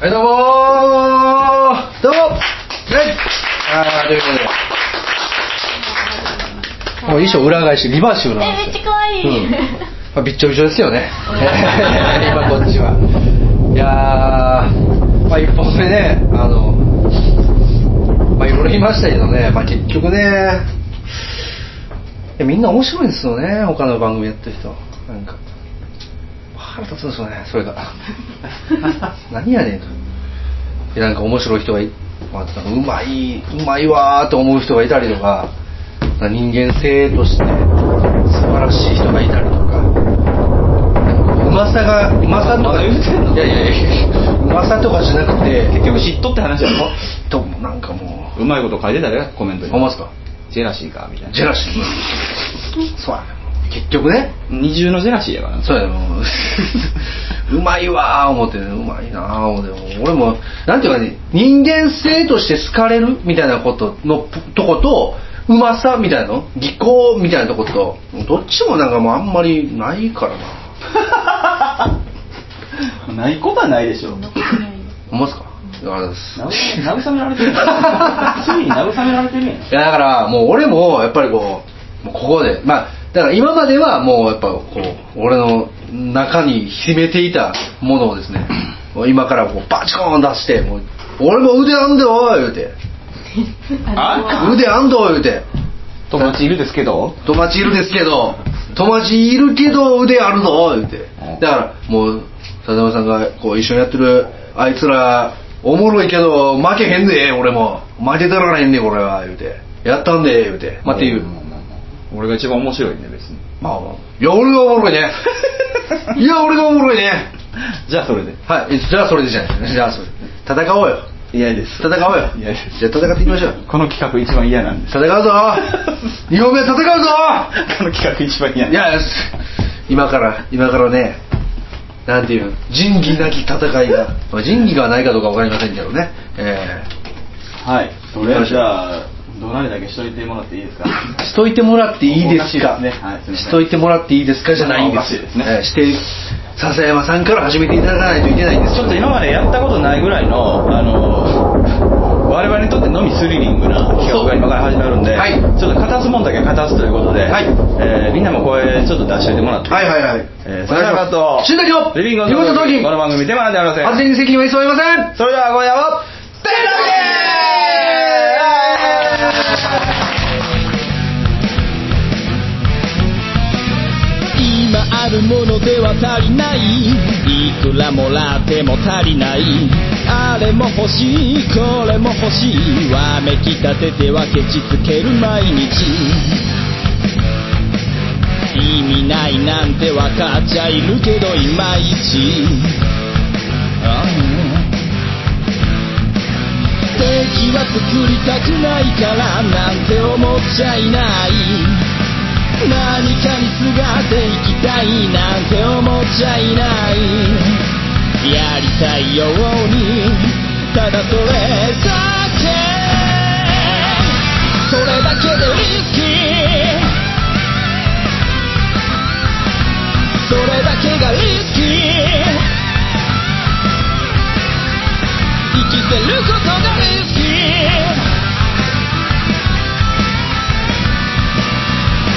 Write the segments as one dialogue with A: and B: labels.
A: はい、どうもーどうもはいあー、ということで。もう衣装裏返し、リバーシブルなんです
B: えめっち
A: よ。
B: ゃ可愛い
A: うんまあ、びっちょびちょです よね。今こっちは。いやー、まあ一本目ね、あの、まあいろいろ言いましたけどね、まあ結局ね、いやみんな面白いんですよね、他の番組やってる人。なんか。腹立つんですよねそれが 何やねんとでなんか面白い人がい、まあ、なんかうまいうまいわーと思う人がいたりとか人間性として素晴らしい人がいたりとかうまさがうまさとか
C: まだ言うてんの
A: いやいやいやうまさとかじゃなくて
C: 結局嫉妬って話やろ
A: ともなんかも
C: うまいこと書いてたでコメント
A: う
C: に
A: 思いますか
C: ジェラシーかみたいな
A: ジェラシーそうや結局ね
C: 二重のジェラシーやからな
A: そうやもうう まいわー思ってねうまいなー思ってもう俺もなんていうかね人間性として好かれるみたいなことのぷとことうまさみたいなの技巧みたいなとことどっちもなんかもうあんまりないからな
C: ないことはないでしょ
A: 思いますかあれです
C: 慰め慰められてるやんついに慰められてるやん
A: いやだからもう俺もやっぱりこうもうここでまあだから今まではもうやっぱこう俺の中に秘めていたものをですねもう今からこうバチコーン出してもう俺も腕あんでおい言うて
C: あ
A: 腕あんど言うて
C: 友達いるですけど
A: 友達いるですけど友達いるけど腕あるぞ言うてだからもう佐々山さんがこう一緒にやってるあいつらおもろいけど負けへんで俺も負けたられへんでこれは言うてやったんで言うてまあっていう
C: まあまあまあ俺が一番面白いね別に
A: まあいや俺がおもろい ねいや俺がおもろいね
C: じゃあそれで
A: はいじゃあそれでじゃないじゃあそれ戦おうよ
C: 嫌です
A: 戦おうよ
C: いや
A: じゃあ戦っていきましょう
C: この企画一番嫌なんです
A: 戦うぞ二本目戦うぞ
C: この企画一番嫌
A: いやす今から今からねなんていう仁義なき戦い がまあ仁義がないかどうか分かりませんけどねえ
C: はいとりあえずじゃあどなりだけしといてもらっていいですか
A: ーしといてもらっていいですか
C: おかしいですねはいすいません
A: しといてもらっていいですかじゃないんで
C: おか
A: す
C: しいですね
A: えーして笹山さんから始めていただかないといけないんです
C: ちょっと今までやったことないぐらいのあの我々にとってのみスリリングな企画が今から始まるんで、
A: はい
C: ちょっと片すもんだけ片すということで、
A: はい
C: えーみんなも声ちょっと出しといてもらって
A: はいはいはい
C: えー、さやかと、
A: 新崎の
C: リビングの
A: リモートトーキング
C: この番組で学んでありません。
A: 発言に責任は急ぎません
C: それでは今夜は、テ
D: 今あるものでは足りないいくらもらっても足りないあれも欲しいこれも欲しいわめきたててはケチつける毎日意味ないなんてわかっちゃいるけどいまいちああ敵は作りたくないからなんて思っちゃいない何かにすがっていきたいなんて思っちゃいないやりたいようにただそれだけそれだけでリスキーそれだけがリスキー生きてることがリスキー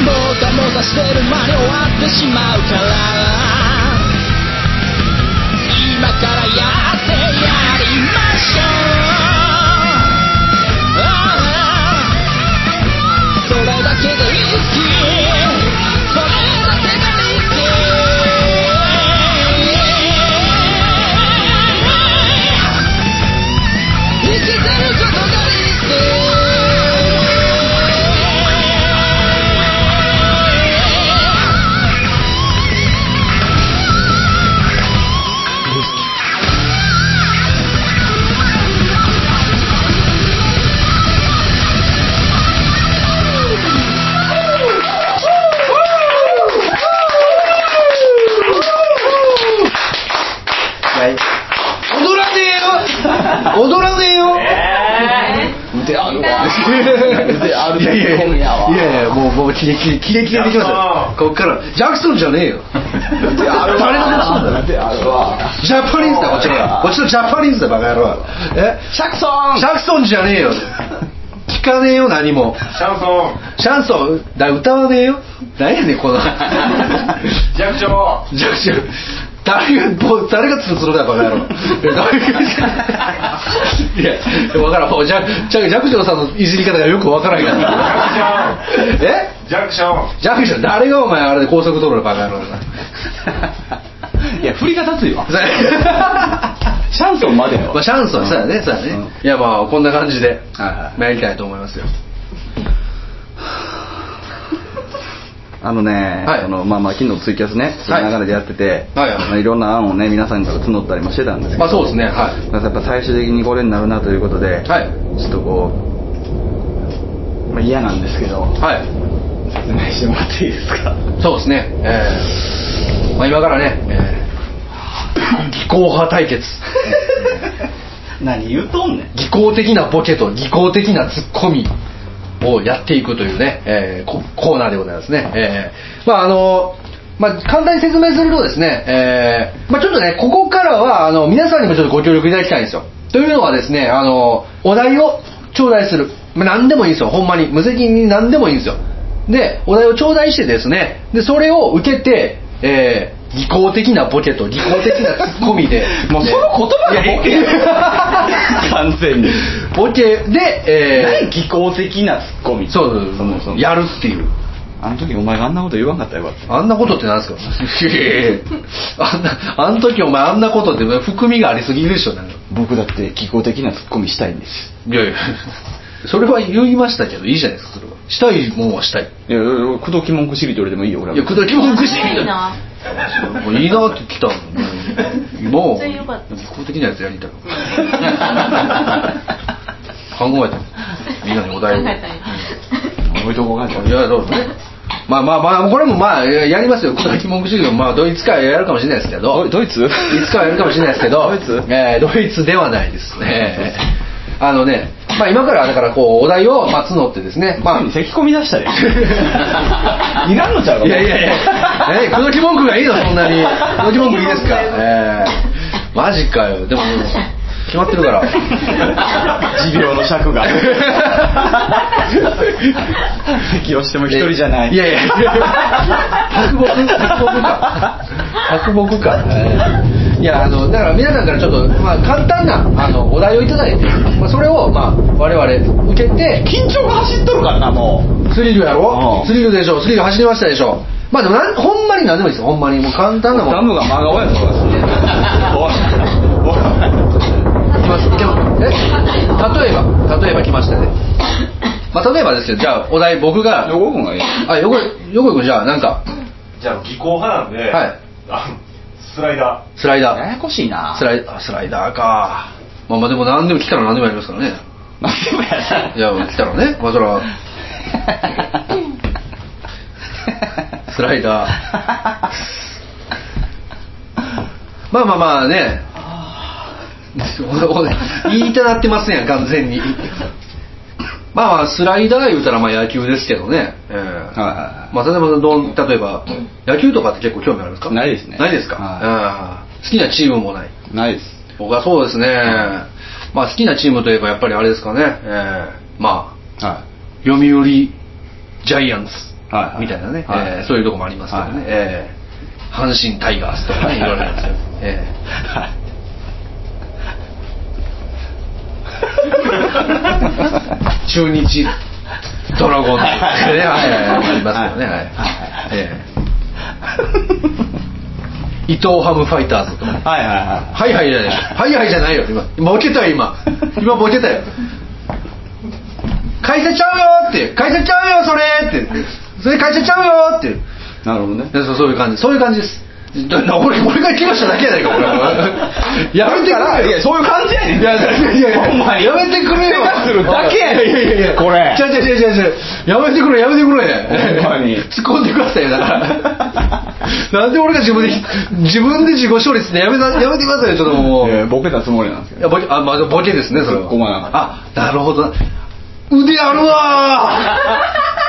D: もたもたしてる間に終わってしまうから今からやってやりましょうああそれだけでリスキーそれだけがリスキー生きてることがリスキー
A: 踊らねえよ踊らねえよ
C: レーぜあるわうぜある
A: いや
C: わ
A: いや
C: 今夜はい
A: やいやもうもうキレキレキレキレでいきますよこっからジャクソンじゃねえよ
C: うぜあるわ
A: 誰の話なんだよ
C: うぜあるわ
A: ジャパニーズだこっちのこっちのジャパニーズだバカ野郎え
C: シャクソ
A: シャクソンじゃねえよ聞かねえよ何も
B: シャンソン
A: シャンソンだ歌わねえよ何やねんこの
B: 弱長
A: ジャクシュ誰がもう誰がつるつるだよバカ野 郎いや誰がいや分からんもうジャジャジャクジョーさんのいじり方がよく分からんけどえ
B: ジャクション
A: ジャクジョー誰がお前あれで高速道路でバカ野郎だな
C: ンいや振りが立つ よシャンソンまでよ
A: まあシャンソンそうやねそうやね、いやまあこんな感じで
C: はい
A: やりたいと思いますよ
C: あのね、
A: はい
C: あのまあまあ昨日ツイキャスね、その流れでやってて、
A: はいはい
C: まあいろんな案をね皆さんから募ったりもしてたんですけど、
A: まあそうですねはい
C: だからやっぱ最終的にこれになるなということで、
A: はい
C: ちょっとこう、まあ、嫌なんですけど、
A: はい
C: 説明してもらっていいですか。
A: そうですねえーまあ今からね、え ー技巧派対決
C: 何言うとんねん。
A: 技巧的なボケと技巧的なツッコミをやっていくというね、えーココーナーでございますね、えーまああのまあ、簡単に説明するとですね、えーまあ、ちょっとねここからはあの皆さんにもちょっとご協力いただきたいんですよというのはですねあのお題を頂戴する、まあ、何でもいいんですよほんまに無責任に何でもいいんですよでお題を頂戴してですねでそれを受けて、えー技巧的なボケと技巧的なツッコミで
C: もうその言葉がボケ
A: いやいや
C: 完全に。
A: ボケで、えー
C: 何技巧的なツッコミ。
A: そうそう
C: そもそも。
A: やるっていう
C: あの時お前があんなこと言わんかったらよかった。
A: あんなことってなんですか いやいやいやあんなあん時お前あんなことって含みがありすぎるでしょなんか
C: 僕だって技巧的なツッコミしたいんです。
A: いやいや それは言いましたけどいいじゃないですかそれはしたいもんはしたい
C: いや、いやいや口説き文句しりとりでもいいよ、俺
A: いや
C: は。
A: 口説き文句しみ
E: いい
A: た
E: ない
A: もういいなって来たの もう
E: めっちゃ良かった
A: 技巧的なやつやりたい考えたみんなにお題を
E: 考えたんや
C: 置いとこうか
A: いやそうですねまあまあまあこれもまあやりますよ口説き文句主義もまあどいつかやるかもしれないですけど
C: ドイドイツ
A: いつかはやるかもしれないですけど、
C: ドイツ
A: えードイツではないですね。あのね、まあ今からだからこうお題をまあ募ってですね、まあ。
C: 咳込み出したでいらんのちゃうか
A: いやいやいや、えー、口説き文句がいいのそんなに。口説き文句 いいですか。えー、マジかよ。でも決まってるから。
C: 持病の尺が咳をしても一人じゃない
A: いやいや。白木白木か。白木か。えーいやあのだから皆さんからちょっとまあ簡単なあのお題をいただいて、まあそれをまあ我々受けて。
C: 緊張が走っとるからなもう
A: スリルやろ
C: うん
A: スリルでしょスリル走りましたでしょまあでもなんほんまに何でもいいですよほんまにもう簡単なもん
C: ダムが真顔やぞおい
A: いきますいけますえ例えば例えば来ましたねまあ例えばですけどじゃあお題僕が
C: おい横君がいい
A: あ横横井君じゃあなんか
B: じゃあ技巧派なんで、
A: はい
B: あのスライダ
A: スライダー
C: ややこしいな
A: スライあスライダーかまあまあでも何でも来たら何でもやりますからね
C: なんでもやない
A: や来たらねまあそれはスライダーまあまあまあねおお言いたなってますやん完全にまあまあスライダー言うたらまあ野球ですけどね、ええ
C: は
A: まあ例えばどん例えば野球とかって結構興味ありますか
C: ないですね
A: ないですか、うん好きなチームもない
C: いないです
A: 僕はそうですね、まあ好きなチームといえばやっぱりあれですかね、ええまあ
C: は
A: 読売ジャイアンツ
C: はいはい
A: みたいなね、
C: はい
A: えーそういうとこもありますけどね、
C: はい
A: えー阪神タイガースとかね言われますよ、え
C: い
A: ー 中日ドラゴンズとかね、はいはいはいありますよね、はいえー伊藤ハムファイターズとかね
C: はいはいは
A: はいはいじゃないはいはいじゃないよ今今ボケたよ今今ボケたよ会社ちゃうよって会社ちゃうよそれってそれ会社ちゃうよって
C: いなるほどね
A: でそうそういう感じそういう感じですだな俺俺が来ましただけやないか俺 やめて
C: だから
A: く
C: い
A: れよ
C: やそういう感じやねん
A: いやいやいやいや
C: ほんまに
A: やめてくれよ
C: 手がするだけやねん
A: いやいやいや
C: これ
A: 違う違う違う違うやめてくれやめてくれ
C: ほんまに
A: 突っ込んでくださいよだから なんで俺が自分で自分で自己処理してやめなやめてくださいよちょっともう
C: えーボケたつもりなんですけ
A: いやボケあまあボケですねそれは
C: 突っ込まなかった
A: あなるほどな腕あるわ ー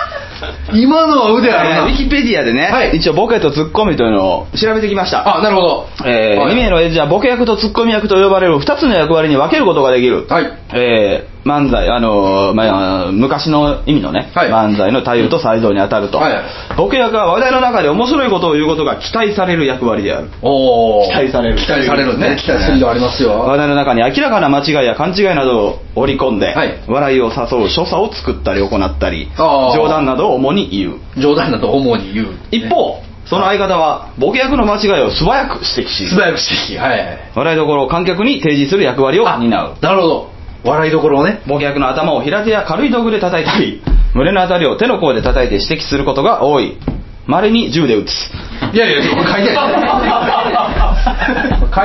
A: 今のは腕ある
C: えー
A: な、
C: ウィキペディアでね、
A: はい
C: 一応ボケとツッコミというのを調べてきました。
A: あなるほど
C: えー
A: はい
C: 2名の演者はボケ役とツッコミ役と呼ばれる2つの役割に分けることができる。
A: はい
C: えー漫才、あのーまあ、昔の意味のね、
A: はい
C: 漫才の太夫と才蔵に当たると、
A: はい
C: ボケ役は話題の中で面白いことを言うことが期待される役割である。
A: おお
C: 期待される
A: 期待されるね
C: ね
A: 期待する度ありますよ
C: 話題の中に明らかな間違いや勘違いなどを織り込んで、
A: はい
C: 笑いを誘う所作を作ったり行ったり、
A: あー
C: 冗談などを主に言う。
A: 冗談だと主に言う
C: 一方、その相方は、ボケ役の間違いを素早く指摘し、
A: 素早く指摘はい
C: 笑いどころを観客に提示する役割を担う。
A: なるほど笑いどころをね
C: ボケ役の頭を平手や軽い道具で叩い たり、胸のあたりを手の甲で叩いて指摘することが多い。稀に銃で撃つ。
A: いやいや書いて ない書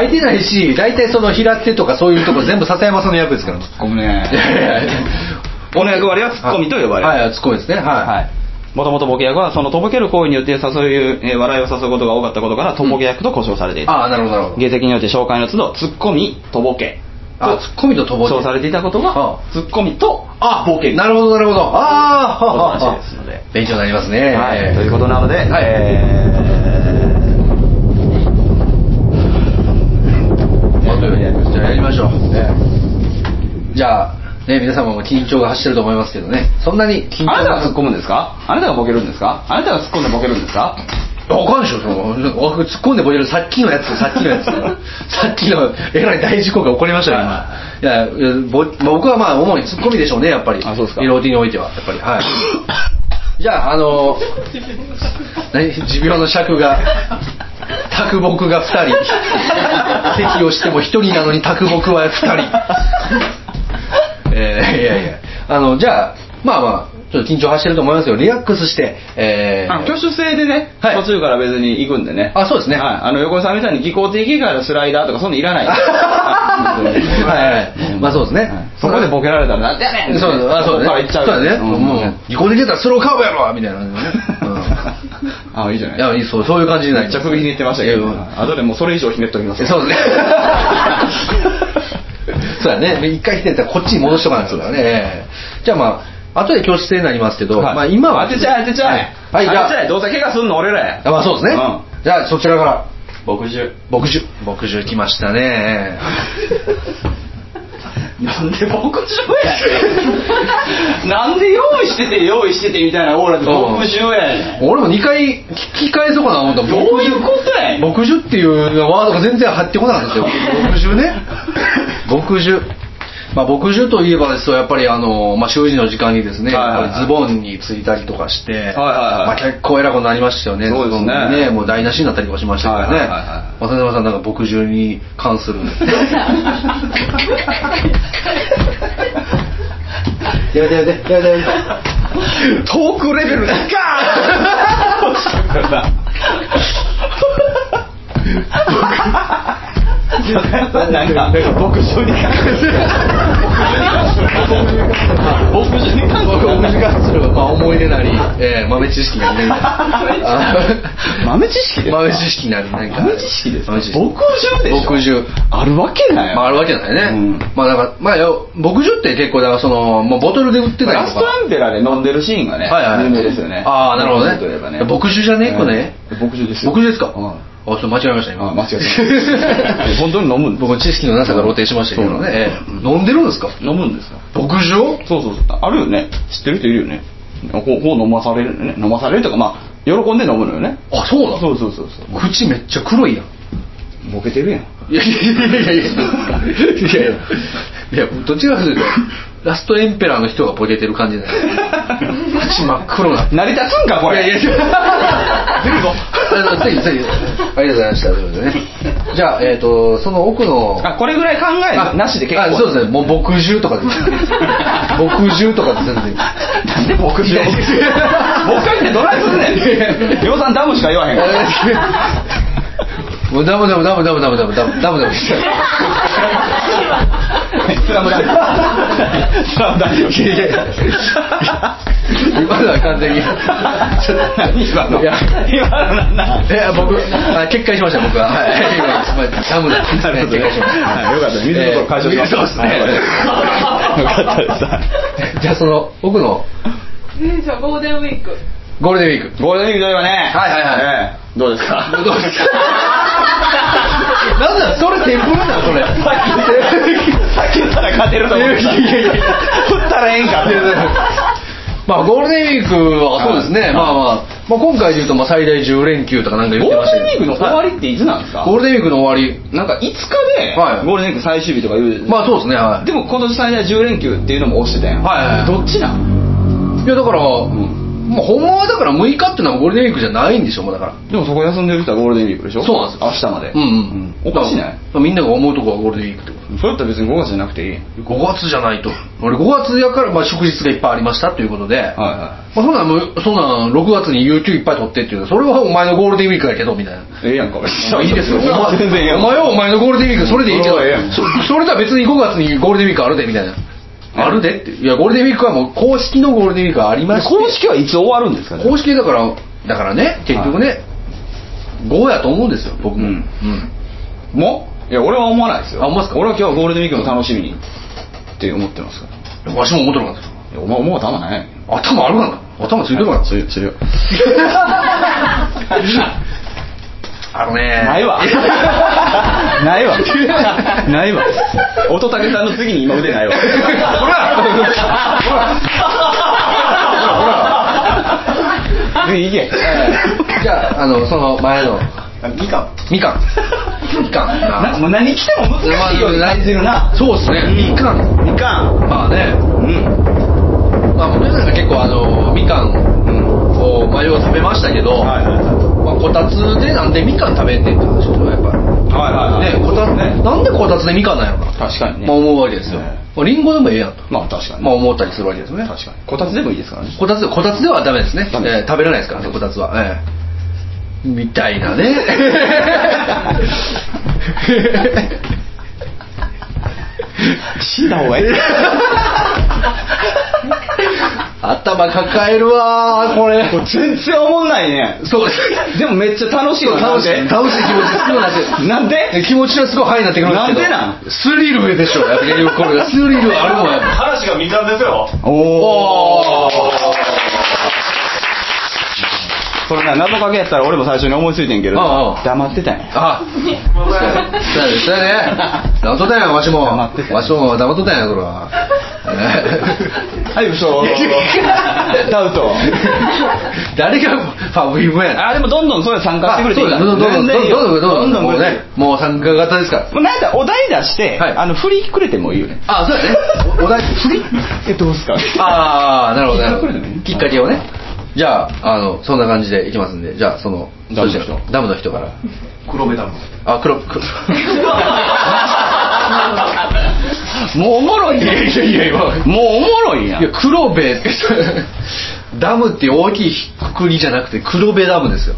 A: いてないし大体その平手とかそういうとこ全部笹山さんの役ですから
C: ごめ
A: い
C: ん
A: やいや
C: この役割はツッコミと呼ばれる。
A: はいはいツッコミですねはい、
C: はい。もともとボケ役はそのとぼける行為によって誘う、えー笑いを誘うことが多かったことからとぼけ役と呼称されている。
A: ああなるほどなるほど
C: 芸的によって紹介の都度、ツッコミ、とぼけ。
A: あツッコミととぼ
C: そうされていたことが
A: は、
C: ツッコミと、
A: あ
C: ボケ。
A: なるほどなるほどあ
C: ことら
A: あ
C: しいですので。
A: 勉強になりますね、
C: はい、ということなので、
A: はい
C: え
A: じゃあや りましょう、じゃあね皆様も緊張が走ってると思いますけどねそんなに緊張
C: ー、あなたが
A: が
C: 突っ込むんですかあなたがボケるんですかあなたが突っ込んでボケるんですか
A: わかんないでしょそのなんか突っ込んでボケるさっきのやつさっきのやつ さっきのえらい大事故が起こりましたよ今いやいやぼ僕はまあ主にツッコミでしょうねやっぱり
C: あそうですか
A: LOT においてはやっぱりはい じゃああの何持病の尺が卓木が2人敵をしても1人なのに卓木は2人えーいやいやあのじゃあまあまあちょっと緊張走ってると思いますけどリラックスして、えー
C: あ挙手制でね、
A: はい
C: 途中から別に行くんでね。
A: あそうですね
C: はい。あの、横井さんみたいに技巧的からスライダーとかそんなんいらない。
A: はいはいはいまあそうですね
C: はいそこでボケられたら、なんでやねん
A: そうだ、あそうだ
C: こから
A: ね。
C: 行っちゃう。
A: そうだね。
C: ん
A: もう、ぎこで出たらスローカーブやろみたいなね。
C: あ、いいじゃ
A: う
C: なんい
A: いや、いいそう、そういう感じになり
C: めっ
A: ま
C: ち
A: す
C: ゃ首ひねってましたけ
A: い
C: ど
A: やいや
C: 後でもうそれ以上ひねっておきます
A: そうですね。 そうだね。一回来てたらこっちに戻しとかないとだね。じゃあまあ、後で教室になりますけど、
C: はい
A: まあ今は。
C: 当てちゃえ当てちゃえ
A: はい、じ
C: 当てちゃ
A: ゃ
C: えどうせ怪我すんの俺らや
A: あ、まあそうですね
C: うん。
A: じゃあそちらから、
C: 僕中
A: 牧獣。牧獣来ましたね。
C: なんで僕中やね んなんで用意してて用意しててみたいなオーラで僕中やねん
A: 俺も2回聞き返そうかな思った
C: どういうことやねん
A: 牧獣っていうワードが全然入ってこなかったんですよ牧獣ね牧獣まあ牧獣といえばですとやっぱりあの、まあ、習字の時間にですね、
C: はいはいはい
A: やっぱりズボンについたりとかして、
C: いはいはい
A: まあ、結構偉くなりましたよね
C: そうですね
A: ズボンにねもう台無しになったりとかしましたからね、
C: はいはいはいはい
A: 渡辺さんなんか牧獣に関 するやめてやめてやめてやめて
C: トークレベルでガーンなんか牧場に関する牧場に関す
A: 僕
C: る
A: 僕に関する、まあ、思い出なり、えー豆知識なりねあ
C: 豆知識ですか
A: 豆知識なりなんか
C: 豆知識ですか
A: 豆知識
C: 牧場でしょ
A: 牧場
C: あるわけない
A: まあ、あるわけないね、
C: うん
A: まあだからまあよ牧場って結構だからそのもうボトルで売ってたり
C: ラ
A: と
C: スト
A: か
C: アンペラで飲んでるシーンがね、
A: はいはい
C: 有名ですよね
A: ああなるほどね
C: 牧場といえばね
A: 牧場じゃねこれ
C: うん牧場ですよ
A: 牧場ですか、
C: うん
A: あちょっと間違えました今
C: あ間違え た本当に飲むんです
A: 僕の知識のなさが露呈しましたけどね、ええ飲んでるんですか
C: 飲むんですか
A: 牧場
C: そうそうそうあるよね知ってる人いるよねこうこう飲まされるね飲まされるとかまあ喜んで飲むのよね
A: あそうなの
C: そうそうそうそ
A: 口めっちゃ黒いやん
C: うボケてるやん
A: いやいやいやいやいやいやいやいやどっちかというとラストエンペラーの人がボケてる感じだよ口真っ黒な
C: 成り立つんかこれ
A: いやいや いや
C: 出るぞ
A: あのぜひぜひありがとうございましたということでねじゃあえっ、とその奥の
C: あこれぐらい考え
A: あ
C: なしで結
A: あ
C: 構
A: そうですねもう牧獣とかで牧獣とかで全然
C: なんで牧場牧
A: いやいや
C: 場ってドライすんねん量産ダムしか言わへんから
A: もうダメダメダメダメダメダメダメダメダメ
C: スラムダンクスラムダンク
A: いやいや今のは完全にちょっと
C: 何今の
A: いや
C: 今の何なん
A: いや僕あ決壊しました僕ははい今まあダムだ
C: なるほ
A: 決
C: どね
A: 壊しました
C: はいよかった水のところ解消しました
A: えー水そうですね
C: かったですはい
A: じゃあその奥の
E: えーじゃあゴールデンウィーク。
A: ゴールデンウィーク
C: ゴールデンウィークといえばねはい、
A: はいはい
C: ええどうですか
A: どうですかなんだそれテンプルなんそれ
C: さっき言ったら勝てると思った
A: いやいやいやいや
C: 振ったらええんか
A: いやだからまあゴールデンウィークはそうですね、
C: はい
A: まあまあ、まあ、今回で言うとまあ最大10連休とかなんか言っ
C: ゴ
A: て
C: ー
A: ました
C: ルデンウィークの終わ
A: り、
C: りっていつなんですか、
A: はいゴールデンウィークの終わり
C: なんか5日で
A: はい
C: ゴールデンウィーク最終日とか言う、
A: まあそうですねはい
C: でも今年最大10連休っていうのも押してたやん、
A: はいはいはい
C: どっちなん、
A: いやだから、まあ、ほんまはだから6日っていうのはゴールデンウィークじゃないんでしょもうだから
C: でもそこ休んでる人はゴールデンウィークでしょ
A: そうなんですよ
C: 明日まで
A: うんうん、
C: おかしいね
A: だからみんなが思うとこはゴールデンウィークってこ
C: そうやったら別に5月じゃなくていいはい
A: と5月じゃないと俺5月やからまあ祝日がいっぱいありましたということで、
C: は
A: まあ、そんなんもうそんなん6月に有給いっぱい取ってっていうのはそれはお前のゴールデンウィークやけどみたいな
C: ええやんか別
A: まあ
C: に
A: いい ですよ。お前
C: 全然ええやん
A: お前はお前のゴールデンウィーク、それでいいけど
C: それはええやん、
A: そそれとは別に5月にゴールデンウィークあるで、みたいな。あるでって。いや、ゴールデンウィークはもう公式のゴールデンウィークはありまして
C: 公式はいつ終わるんですかね
A: 公式だから、だからね、結局ね、5やと思うんですよ、僕も。
C: うんもいや俺は思わないですよ
A: あ思いますか
C: 俺は今日はゴールデンウィークの楽しみにって思ってますからい
A: うんわしも思ってなかったです
C: やお前思う頭ないやん
A: 頭あるかな頭ついてるかな
C: それそれは
A: あのね。
C: ない わないわ ないわ乙武さんの次に今腕ないわ
A: ほらほら
C: 次行け
A: じゃあ、あの、その前の、
C: いいか
A: みかん。みかんな。
C: なもう何来ても難しいように感じるな
A: そうですね。みかん。
C: みかん
A: まあね、
C: うん
A: まあ、僕なんか結構あのみかん
C: うん
A: をまあよう食べましたけど、
C: はいはいは
A: まあ、こたつでなんでみかん食べんねんって話でしょやっぱり。
C: いはいはい
A: ね、こたつ
C: ね
A: なんでこたつでみかんなんやろな、
C: 確かにね
A: まあ、思うわけですよ、
C: ね
A: まあ、リンゴでもええやんと、
C: まあ確かに
A: まあ、思ったりするわけですよね
C: 確かにこたつでもいいですからね
A: こたつこたつではダメですね
C: ダメ
A: えー食べれないですからねこたつは、ええみたいな ね
C: 死んだ方がいい
A: 頭抱えるわーこれ
C: これ全然思んないね
A: そうです
C: でもめっちゃ楽しいよ
A: 楽しい
C: なんで
A: 楽しい気持ちすごいなって
C: なん
A: え
C: で
A: 気持ちはすごいハイになってくるんですけど
C: なんでなん
A: スリルでしょやっぱりこれがスリルあるもんやっぱ
B: 話がみかんですよ
C: お
A: おー
C: それな謎かけやったら俺も最初に思いついてんけど
A: ああああ
C: 黙ってたんや
A: あそうやねそうやね黙っとったんやわしも
C: 黙ってたよ
A: わしも黙っとったんやそれはね
C: はい嘘ダウト
A: 誰がファブリムやねん
C: あでもどんどんそれ参加してくれていいから
A: あそうだどんどんどん
C: 全然いいよ
A: どんどんどんどん
C: どんどん
A: もうねもう参加型ですから
C: もうなんだお題出して、
A: はい
C: あの振りくれてもいいよね
A: あそうやねおお題振り
C: えどうすか
A: ああなるほどなるほ
C: きっかけね
A: どきっかけをねじゃああのそんな感じでいきますんでじゃあその
C: ダムの人
A: ダムの人から
B: 黒目ダム
A: あ黒 黒
C: もうおもろいやん
A: いやいやいや
C: もうおもろいやん
A: いや黒部ダムって大きいくりじゃなくて黒部ダムですよ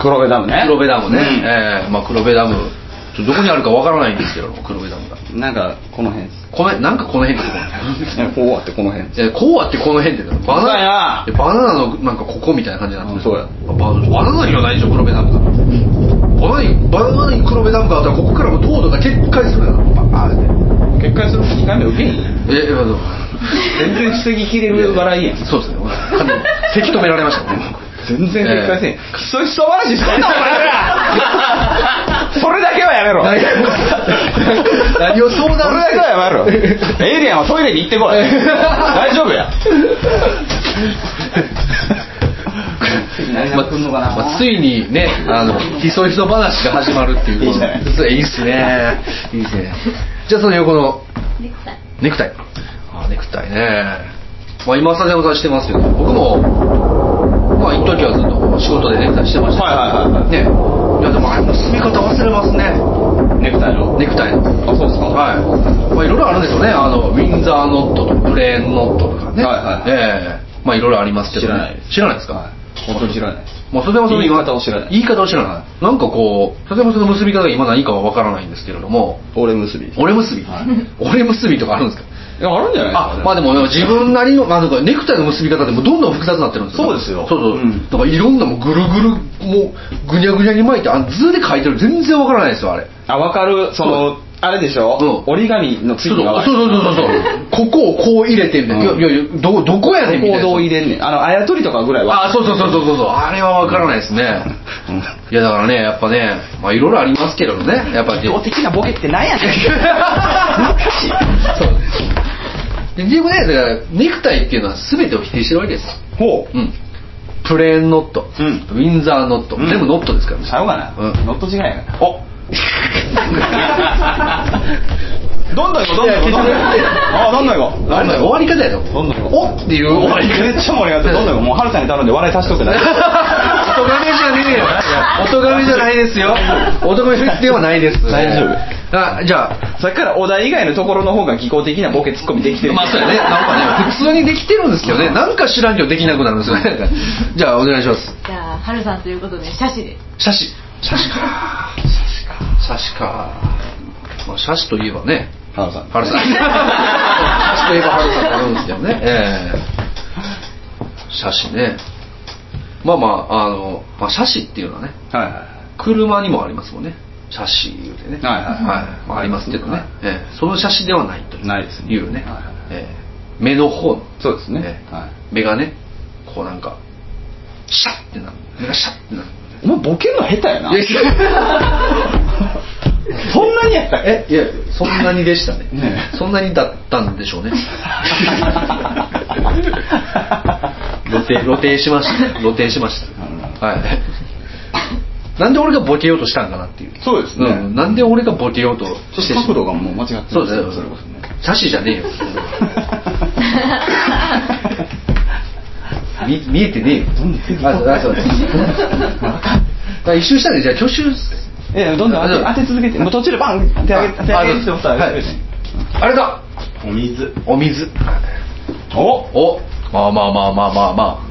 C: 黒部ダムね
A: 黒部ダムね、
C: うん
A: ええまあ、黒部ダムちょどこにあるかわからないんですけど黒部ダムが
C: なんかこの辺
A: このなんかこの辺って
C: えこうあってこの辺
A: えこうあってこの辺ってバ
C: そうや
A: ナ
C: な
A: ナバナナのなんかここみたいな感じになってる
C: そうや
A: ババナナにはないでしょ黒部ダムがバナナにバナナに黒部ダムがあったらここからもう糖度が決壊するやろバーンって
C: 結界する2回目受けへん
A: ええまあどう
C: 全然防ぎきれる笑いやん
A: そうですね完全にせき止められましたね
C: 全然結界せん、クソクソ話してんのお前らそれだけはやめろ
A: 何何を相談
C: それだけはやめろエイリアンはトイレに行ってこい大丈夫や
A: ままついにねあのひそひそ話が始まるっていう
C: いいじゃない
A: そういいっすねいいっすねじゃあその横のネクタイあネクタイねまあ今さでもさしてますけど僕もまあ一時はずっと仕事でネクタイしてました
C: はいはいはいはい
A: ねいやでもあれも進み方忘れますね
C: ネクタイの
A: ネクタイの
C: あそうですか
A: はい。まあいろいろあるんですよね。あのウィンザーノットとプレーンノットとかね。
C: はいはい
A: ええまあいろいろありますけど、ね。
C: 知らないです
A: 知らないですか。
C: 本当に知らない
A: まあそれはそれで今
C: 言い方を知らない
A: 言い方を知らない。なんかこう、例えばその結び方が今何かはわからないんですけれども、
C: 俺結びい
A: 折れ結び、
C: はい
A: 折れ結びとかあるんですか。
C: やあるんじゃない
A: あ、まあでも自分なりの、まあなんかネクタイの結び方でもどんどん複雑になってるんですよ。
C: そうですよ
A: そうそう。
C: うん
A: だからいろんなもうぐるぐるもうぐにゃぐにゃに巻いてあの図で書いてる全然わからないですよあれ。
C: あ分かるそのあれでしょ、
A: うん
C: 折り紙の
A: そ
C: 次
A: う
C: に
A: そうそうそうそうここをこう入れてみたいな、
C: うん
A: いやいやどどこやねんみたいな
C: 行動入れんねんあのあやとりとかぐらいは
A: あそうそうそうそうそうそうあれは分からないですねいやだからねやっぱねまあいろいろありますけどねやっぱり
C: 動的なボケってなんやね ん
A: そうで結局ねだからネクタイっていうのは全てを否定してるわけです
C: ほう
A: うんプレーンノット、
C: うん
A: ウィンザーノット、
C: うん
A: 全部ノットですからね
C: ちゃうかな、
A: うん
C: ノット違いやからおどんどん行こ
A: い
C: うどんどん行こう
A: や消しゴム
C: あどんどん行こう
A: あれ終わり方やと
C: どんどん行こ
A: おっていう終わり方
C: めっちゃ 盛り上がってるどんどん行こうもう春さんに頼んで笑い足しとくだけ
A: おとがめじゃねえよおとがめじゃないですよおとがめではないです
C: 大丈
A: あじゃあ
C: さっきからお題以外のところの方が技巧的なボケツッコミできて る
A: まあそうやねなんかね普通にできてるんですけどねなんか知らんけどできなくなるんですよねじゃあお願いします
E: じゃあ、はるさんということで、写真で。
A: 写真写真か写真かまあ写真といえばね
C: 春さん
A: 春さん写真といえば春さんになるんですけど ねええ写真ねまあまああの、まあ、写真っていうのはね
C: はいはいはい
A: 車にもありますもんね写真言うてね
C: はいはいはい
A: まあ、ありますけどね、
C: はい
A: ええその写真ではないという
C: ないですね
A: いうね、
C: はいはい
A: ええ目の方の
C: そうですね
A: ええ
C: はい
A: 目がねこうなんかシャッってなる目がシャッってなる
C: お前ボケるの下手やない
A: やいや
C: そんなにやったっけ
A: えいやそんなにでしたね
C: ねえ
A: そんなにだったんでしょう ね露呈露呈しました露呈しまし
C: なるほ
A: たはいなんで俺がボケようとしたんかなっていう
C: そうですね
A: んなんで俺がボケようと
C: ちょ
A: し
C: ってと
A: しま
C: 角度がもう間違ってます
A: そうです
C: それ
A: ね
C: こそね
A: 写真じゃねえ よ見見えてねえよあそうあそうですだから一周したんでじゃあ挙手
C: えどんどん当て当て続けてもう途中でバンってあげ手あげてってことは
A: はいあれだ
B: お水
A: お水
C: お
A: おまあまあまあまあまあま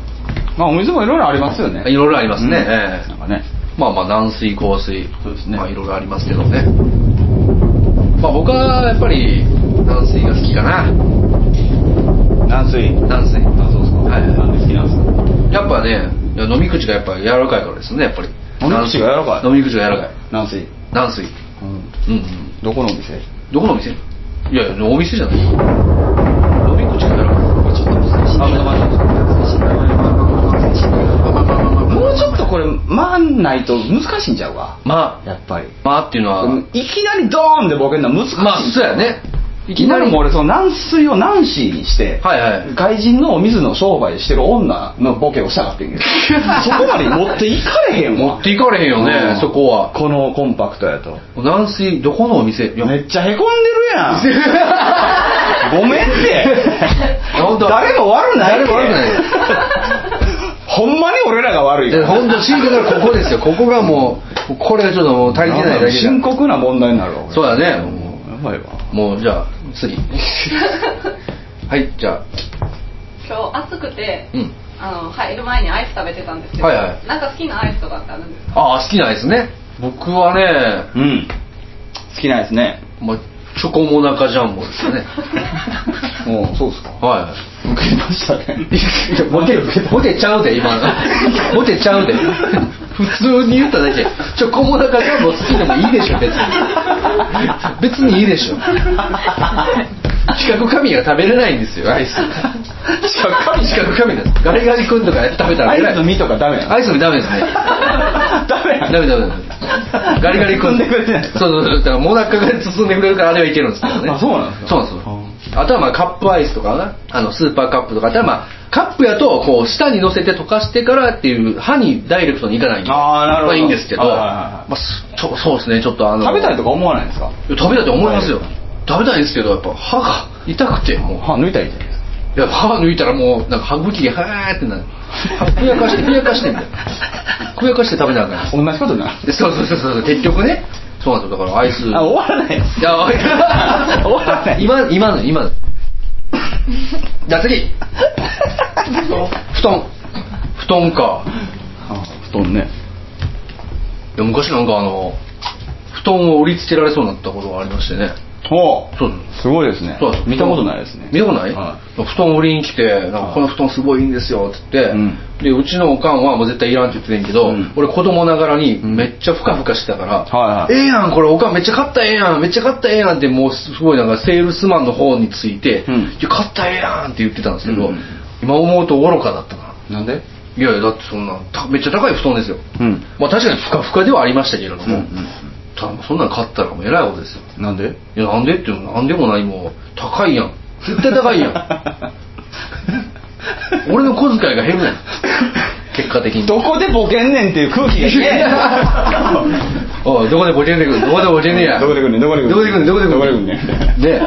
C: まあお水もいろいろありますよね
A: あいろいろありますね
C: うん
A: ええ
C: なんかね
A: まあまあ軟水硬水
C: そうですね
A: まあいろいろありますけどねまあ僕はやっぱり軟水が好きかな
C: 軟水
A: 軟水
C: あそうですか
A: はい
C: なんで好きなんですか
A: やっぱねいや飲み口がやっぱ柔らかいからですねやっぱり
C: 飲み口が柔らかい
A: 飲み口が柔らかい
C: 軟水
A: 軟水
C: うん
A: うんうん
C: どこのお店
A: どこのお店いやいやお店じゃない飲み口が柔らかいちょっと難しい
C: もうちょっとこれ回んないと難しいんちゃうか
A: まあ
C: やっぱり
A: まあっていうのは
C: うんいきなりドーンでボケるのは難しい
A: まあそうやね
C: いきなりもう俺その軟水を軟水にして、
A: はいはい
C: 外人のお水の商売してる女のボケをしたかってん けどそこまで持っていかれへんわ
A: 持っていかれへんよね
C: うん
A: そこは
C: このコンパクトやと
A: 軟水どこのお店いや
C: めっちゃへこんでる やんごめんって
A: 本当
C: 誰も悪ない
A: 誰も悪くない
C: ほんまに俺らが悪い
A: で本当シンプルなここですよここがもうこれはちょっともう足りてないだけだ
C: 深刻な問題になるわこれ
A: そうだねも
C: やばいわ
A: うもうじゃあ 次はいじゃあ
E: 今日暑くて、
A: うん
E: あの、入る前にアイス食べてたんですけど、
A: はいはい
E: なんか好きなアイスとかってあるんですか
A: ああ好きなですね僕はね、
C: うん好きなんですね
A: まあ、チョコモナカジャンボですよね
C: もうそうっすか
A: は
C: 受けましたね
A: いい やモテモテちゃうで今モテちゃうで普通に言っただけチョコモナカジャンボ好きでもいいでしょ別に別にいいでしょ四角神が食べれないんですよアイス四角神四角神なんですガリガリ君とか食べたら
C: アイスの実とかダメなの
A: アイスの実ダメですね
C: ダメな
A: ダメ
C: の
A: ダメダメガリガリ 君
C: 包んでくれてない
A: そうそうそうだからモナカが包んでくれるからあれはいけるんですけどね
C: あそうなんですか
A: そうなんですよあとはまあカップアイスとかなあのスーパーカップとかあとはまあカップやとこう舌に乗せて溶かしてからっていう歯にダイレクトにいかないんで
C: あーなるほど
A: まいいんですけど、
C: はいはいはいはい
A: まあ、すちょそうですねちょっとあの
C: 食べたいとか思わないんですか
A: いや食べたいと思いますよ、食べたいんですけどやっぱ歯が痛くてもう
C: 歯抜いたらいいじゃないですか
A: いや歯抜いたらもうなんか歯茎がハーってなるふやかしてふやかしてみたいなふやかして食べなあかん
C: 同じことになる
A: でそうそうそうそう結局ねそうなんですよだからアイス
C: あ終わらないです
A: いや終わ
C: 終わらない
A: 今の今の今のじゃあ次布団布団か
C: あ布団ね
A: いや昔なんかあの布団を折りつけられそうになったことがありましてね
C: お
A: そう
C: すごいですね
A: そう
C: 見たことないですね
A: 見たことない、
C: は
A: 布団売りに来て「なんかこの布団すごいいいんですよ」って言って、
C: うん
A: でうちのおかんはもう絶対いらんって言ってたんやけど、
C: うん
A: 俺子供ながらにめっちゃふかふかしてたから「
C: はいはい
A: ええやんこれおかんめっちゃ買ったらええやんめっちゃ買ったらええやん」ってもうすごいなんかセールスマンの方について「
C: うん
A: いや買ったらええやん」って言ってたんですけど、
C: うん
A: 今思うと愚かだったな
C: なんで
A: いやいやだってそんなためっちゃ高い布団ですよ、
C: うん
A: まあ確かにふかふかではありましたけれども、
C: うんうん
A: ただもうそんなの買ったらもうえらいことですよ
C: な んで
A: いやなんでっていうのなんでもないもう高いやん絶対高い やん俺の小遣いが減るやん結果的に
C: どこでボケんねんっていう空気が嫌や
A: おいどこでボケんねんどこでボケんねんや
C: どこで来んねんどこで来んねん
A: どこで来んねんどこで来んねん
C: どこで来んねん
A: で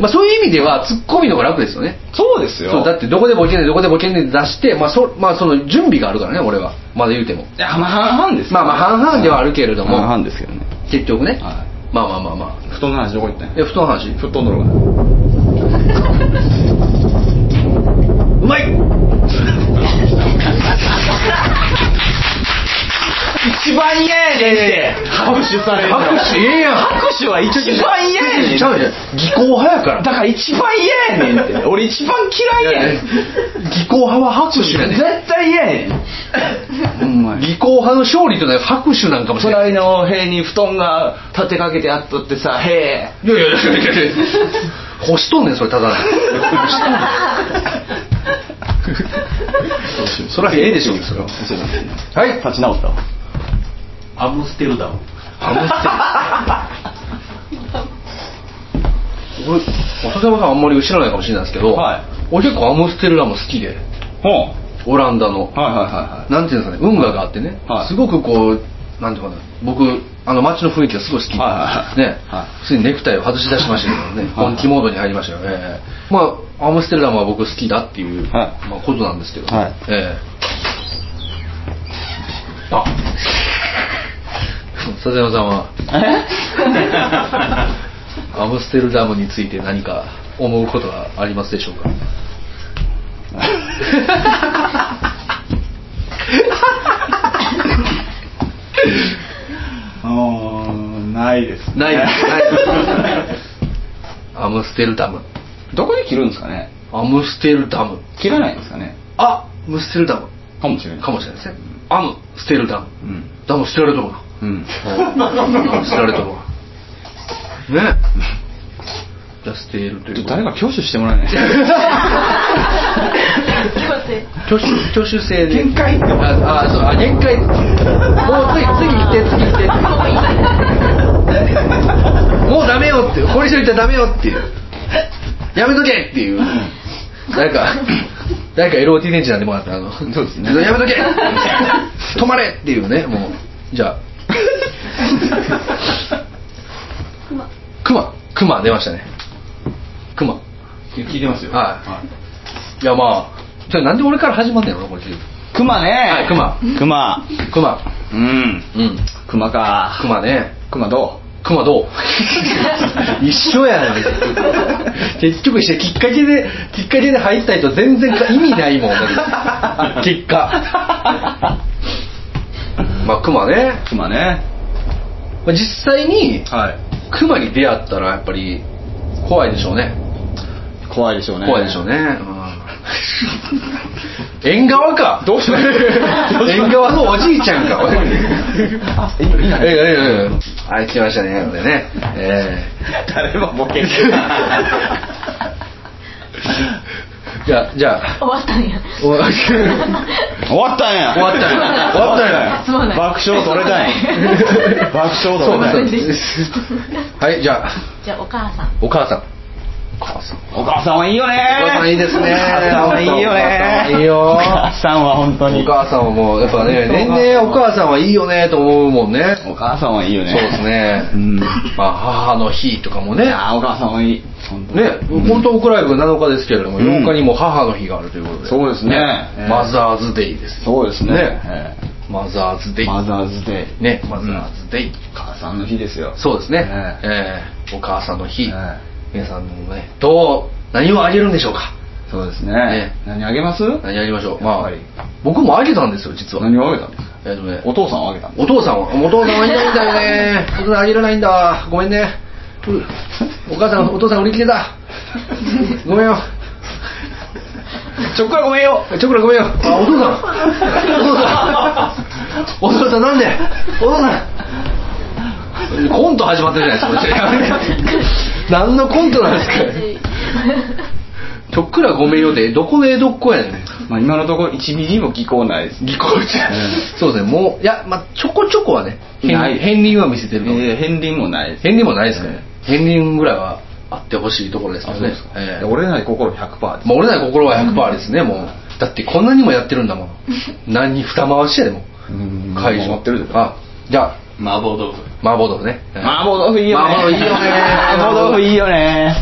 A: まあそういう意味ではツッコミの方が楽ですよね
C: そうですよ
A: そうだってどこでボケんねんどこでボケんねんって出してまあそ,、まあ、その準備があるからね俺はまだ言うても
C: いやまあ半々ですよ
A: まあまあ半々ではあるけれども
C: 半々ですけどね
A: 結局ね、
C: は
A: まあまあまあま
C: 布団の話どこ行ったん
A: あえ布団の話
C: 布団の 方が
A: うまい
C: 一番嫌やで拍手されるの
A: 拍手ええやん
C: 拍手は一番嫌やねん
A: ちゃうじゃん技巧派やから
C: だから一番嫌やねんって俺一番嫌いやねん
A: 技巧派は拍手やね
C: 絶対嫌やねんほんまに
A: 技巧派の勝利というのは拍手なんかもしれない
C: 隣の塀に布団が立てかけてあっとってさ「へえ
A: いやいやいやいやいや干しとんねんそれただの干しとんねんそれはええでしょそれははい
C: 立ち直ったわ
B: アムステルダム
A: 俺細山さんあんまり知らないかもしれないですけど、
C: はい
A: 俺結構アムステルダム好きで
C: ほ
A: オランダの、
C: うはいはいは
A: なんていうんですかね運河があってね、
C: はい
A: すごくこうなんていうかな僕あの街の雰囲気がすごい好きで、
C: はいはいはい
A: ね
C: はい
A: ついにネクタイを外し出しましたけどね
C: はい
A: 本気モードに入りましたよね、ええまあアムステルダムは僕好きだっていう、
C: は
A: まあ、ことなんですけど、
C: はい
A: ええあ佐々山さんはい アムステルダムについて何か思うことはありますでしょうか
C: うーんないですね
A: ないですない ですアムステルダム
C: どこで切るんですかね
A: アムステルダム
C: 切らないんですかね
A: あムステルダム
C: かもしれない
A: かもしれないですねアムステルダム
C: うん
A: ダム捨てられ とるな
C: うん
A: ダム捨てられとるなねじゃあ捨てるということ
C: 誰か挙手してもらえない
A: 挙手挙手制で
C: 限界って思う
A: ああそうあ限界もう次次行って次行ってもうダメよってこれ以上言ったらダメよっていうやめとけっていう誰か誰か LOT 電池なんでもらったらあの
C: そうですね
A: やめとけ止まれっていうねもうじゃあクマクマ出ましたねクマ
C: 聞いてますよ
A: はい
C: はい
A: いやまあじゃあなんで俺から始まんねやろなこれ
C: クマね
A: はいクマ
C: クマ
A: クマ
C: うん
A: うん
C: クマか
A: クマね
C: クマど
A: クマ どう一緒やん結局一緒きっかけできっかけで入った人全然意味ないもんだって結果まあクマね
C: うクマね
A: まあ実際に
C: はい
A: クマに出会ったらやっぱり怖いでしょうね
C: 怖いでしょうね
A: 怖いでしょうね、うん 縁側かどうしよう縁側のおじいちゃん か
C: あ
A: えええええはい来ましたねこれねえ
C: 誰もボケる
A: えじゃあじゃあ
E: 終わったんや。
A: お終わ
C: 終わったんや
A: ったんや終わったんや
E: すまない
C: 爆笑取れたい爆
A: そ
C: 笑取
A: うそう
C: れたい
A: はいじゃあ
E: じゃあお母さん。
A: お母さんお母さん
C: お母さんはいいよね
A: お母さんいいですね
C: お母さんはいいよね
A: お
C: お
A: 母
C: 母さんは本当
A: お
C: に
A: 母さんはもうやっぱね年々お母さんはいいよねと思うもんね
C: お母さんはいいよね
A: そうですね、
C: うん
A: まあ母の日とかもねね
C: あーお母さんはいい本当に
A: 本当ウクライナが7日ですけれども、
C: うん
A: 8日にも母の日があるということで
C: そうですねええ
A: マザーズデイですよ
C: そうですね
A: ね
C: え
A: マザーズデ
C: え
A: イ
C: マザーズデイ
A: ねマザーズデイ、
C: お母さんの日ですよ
A: そうですね、
C: ええ
A: ええお母さんの日、
C: え
A: 皆さんもねどう何をあげるんでしょうか
C: そうです
A: ね
C: ね何あげます
A: 何あげましょう
C: やっ
A: まあ
C: ぱり
A: 僕もあげたんですよ実は
C: 何をあげたんですか
A: えっとね
C: お父さんをあげたんです
A: お父さんはお父さんはいないんだよね僕らあげれないんだごめんねうお母さんお父さん売り切れだごめんよ
C: ちょっからごめんよ
A: チョコラごめんよあお父さんお父さんお父さんなんでお父さんコント始まってるじゃないですかこっ ち何のコントなんですかちょっくらごめんよってどこの江戸っ子やねん
C: まあ今のところ1ミリも聞こえないです
A: ぎこちゃそうですねもういやまあちょこちょこはね片
C: ない
A: 鱗は見せてると思う
C: えー、片鱗もないです
A: 片鱗もないですからね片鱗ぐらいはあってほしいところですよねええ
C: 折れない心100%です
A: もう俺らの心は100%ですね、もう。だってこんなにもやってるんだもん。 何に二回しやでもう。
C: うん
A: 会場。
C: もう持ってるでしょ
A: あ、じゃあ、
B: 麻婆豆腐。
A: 麻婆豆腐ね。
C: 麻婆豆腐いいよね
A: 麻婆豆腐いいよね
C: 麻婆豆腐いいよね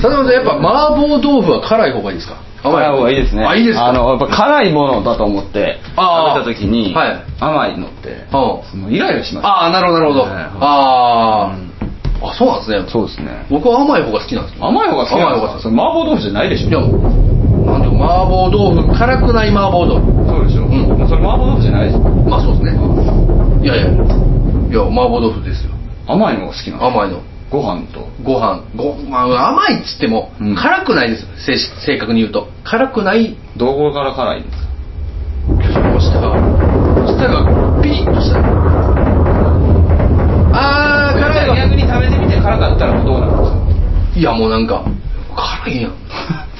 A: 佐藤さん、やっぱ麻婆豆腐は辛い方がいいですか
C: 辛い方がいいですね
A: あ、いいですか
C: あのやっぱ辛いものだと思って
A: あー
C: 食べた時に、
A: はい
C: 甘いのって
A: うん
C: そのイライラします
A: ああ、なるほど、なるほど。
C: はいはい
A: ああ、あ、そうなんですね。
C: そうですね
A: 僕は甘い方が好きなんですよ
C: 甘い方が好きなんですかそれ麻婆豆腐じゃないでしょ
A: いや、なんで麻婆豆腐、辛くない麻婆豆腐。
C: そうでしょ、
A: うん
C: もうそれ麻婆豆腐じゃないでしょ
A: まあそうですね。いやいや、いや、麻婆豆腐ですよ。
C: 甘いのが好きなの
A: 甘いの。
C: ご飯と
A: ご飯ご、まあ、甘いっつっても、
C: うん
A: 辛くないです正正確に言うと辛くない
C: どこから辛いんですか
A: 舌が舌がピリッとしたあー辛いわ
C: 逆に食べてみて辛かったらどうなるんですか
A: いやもうなんか辛いやん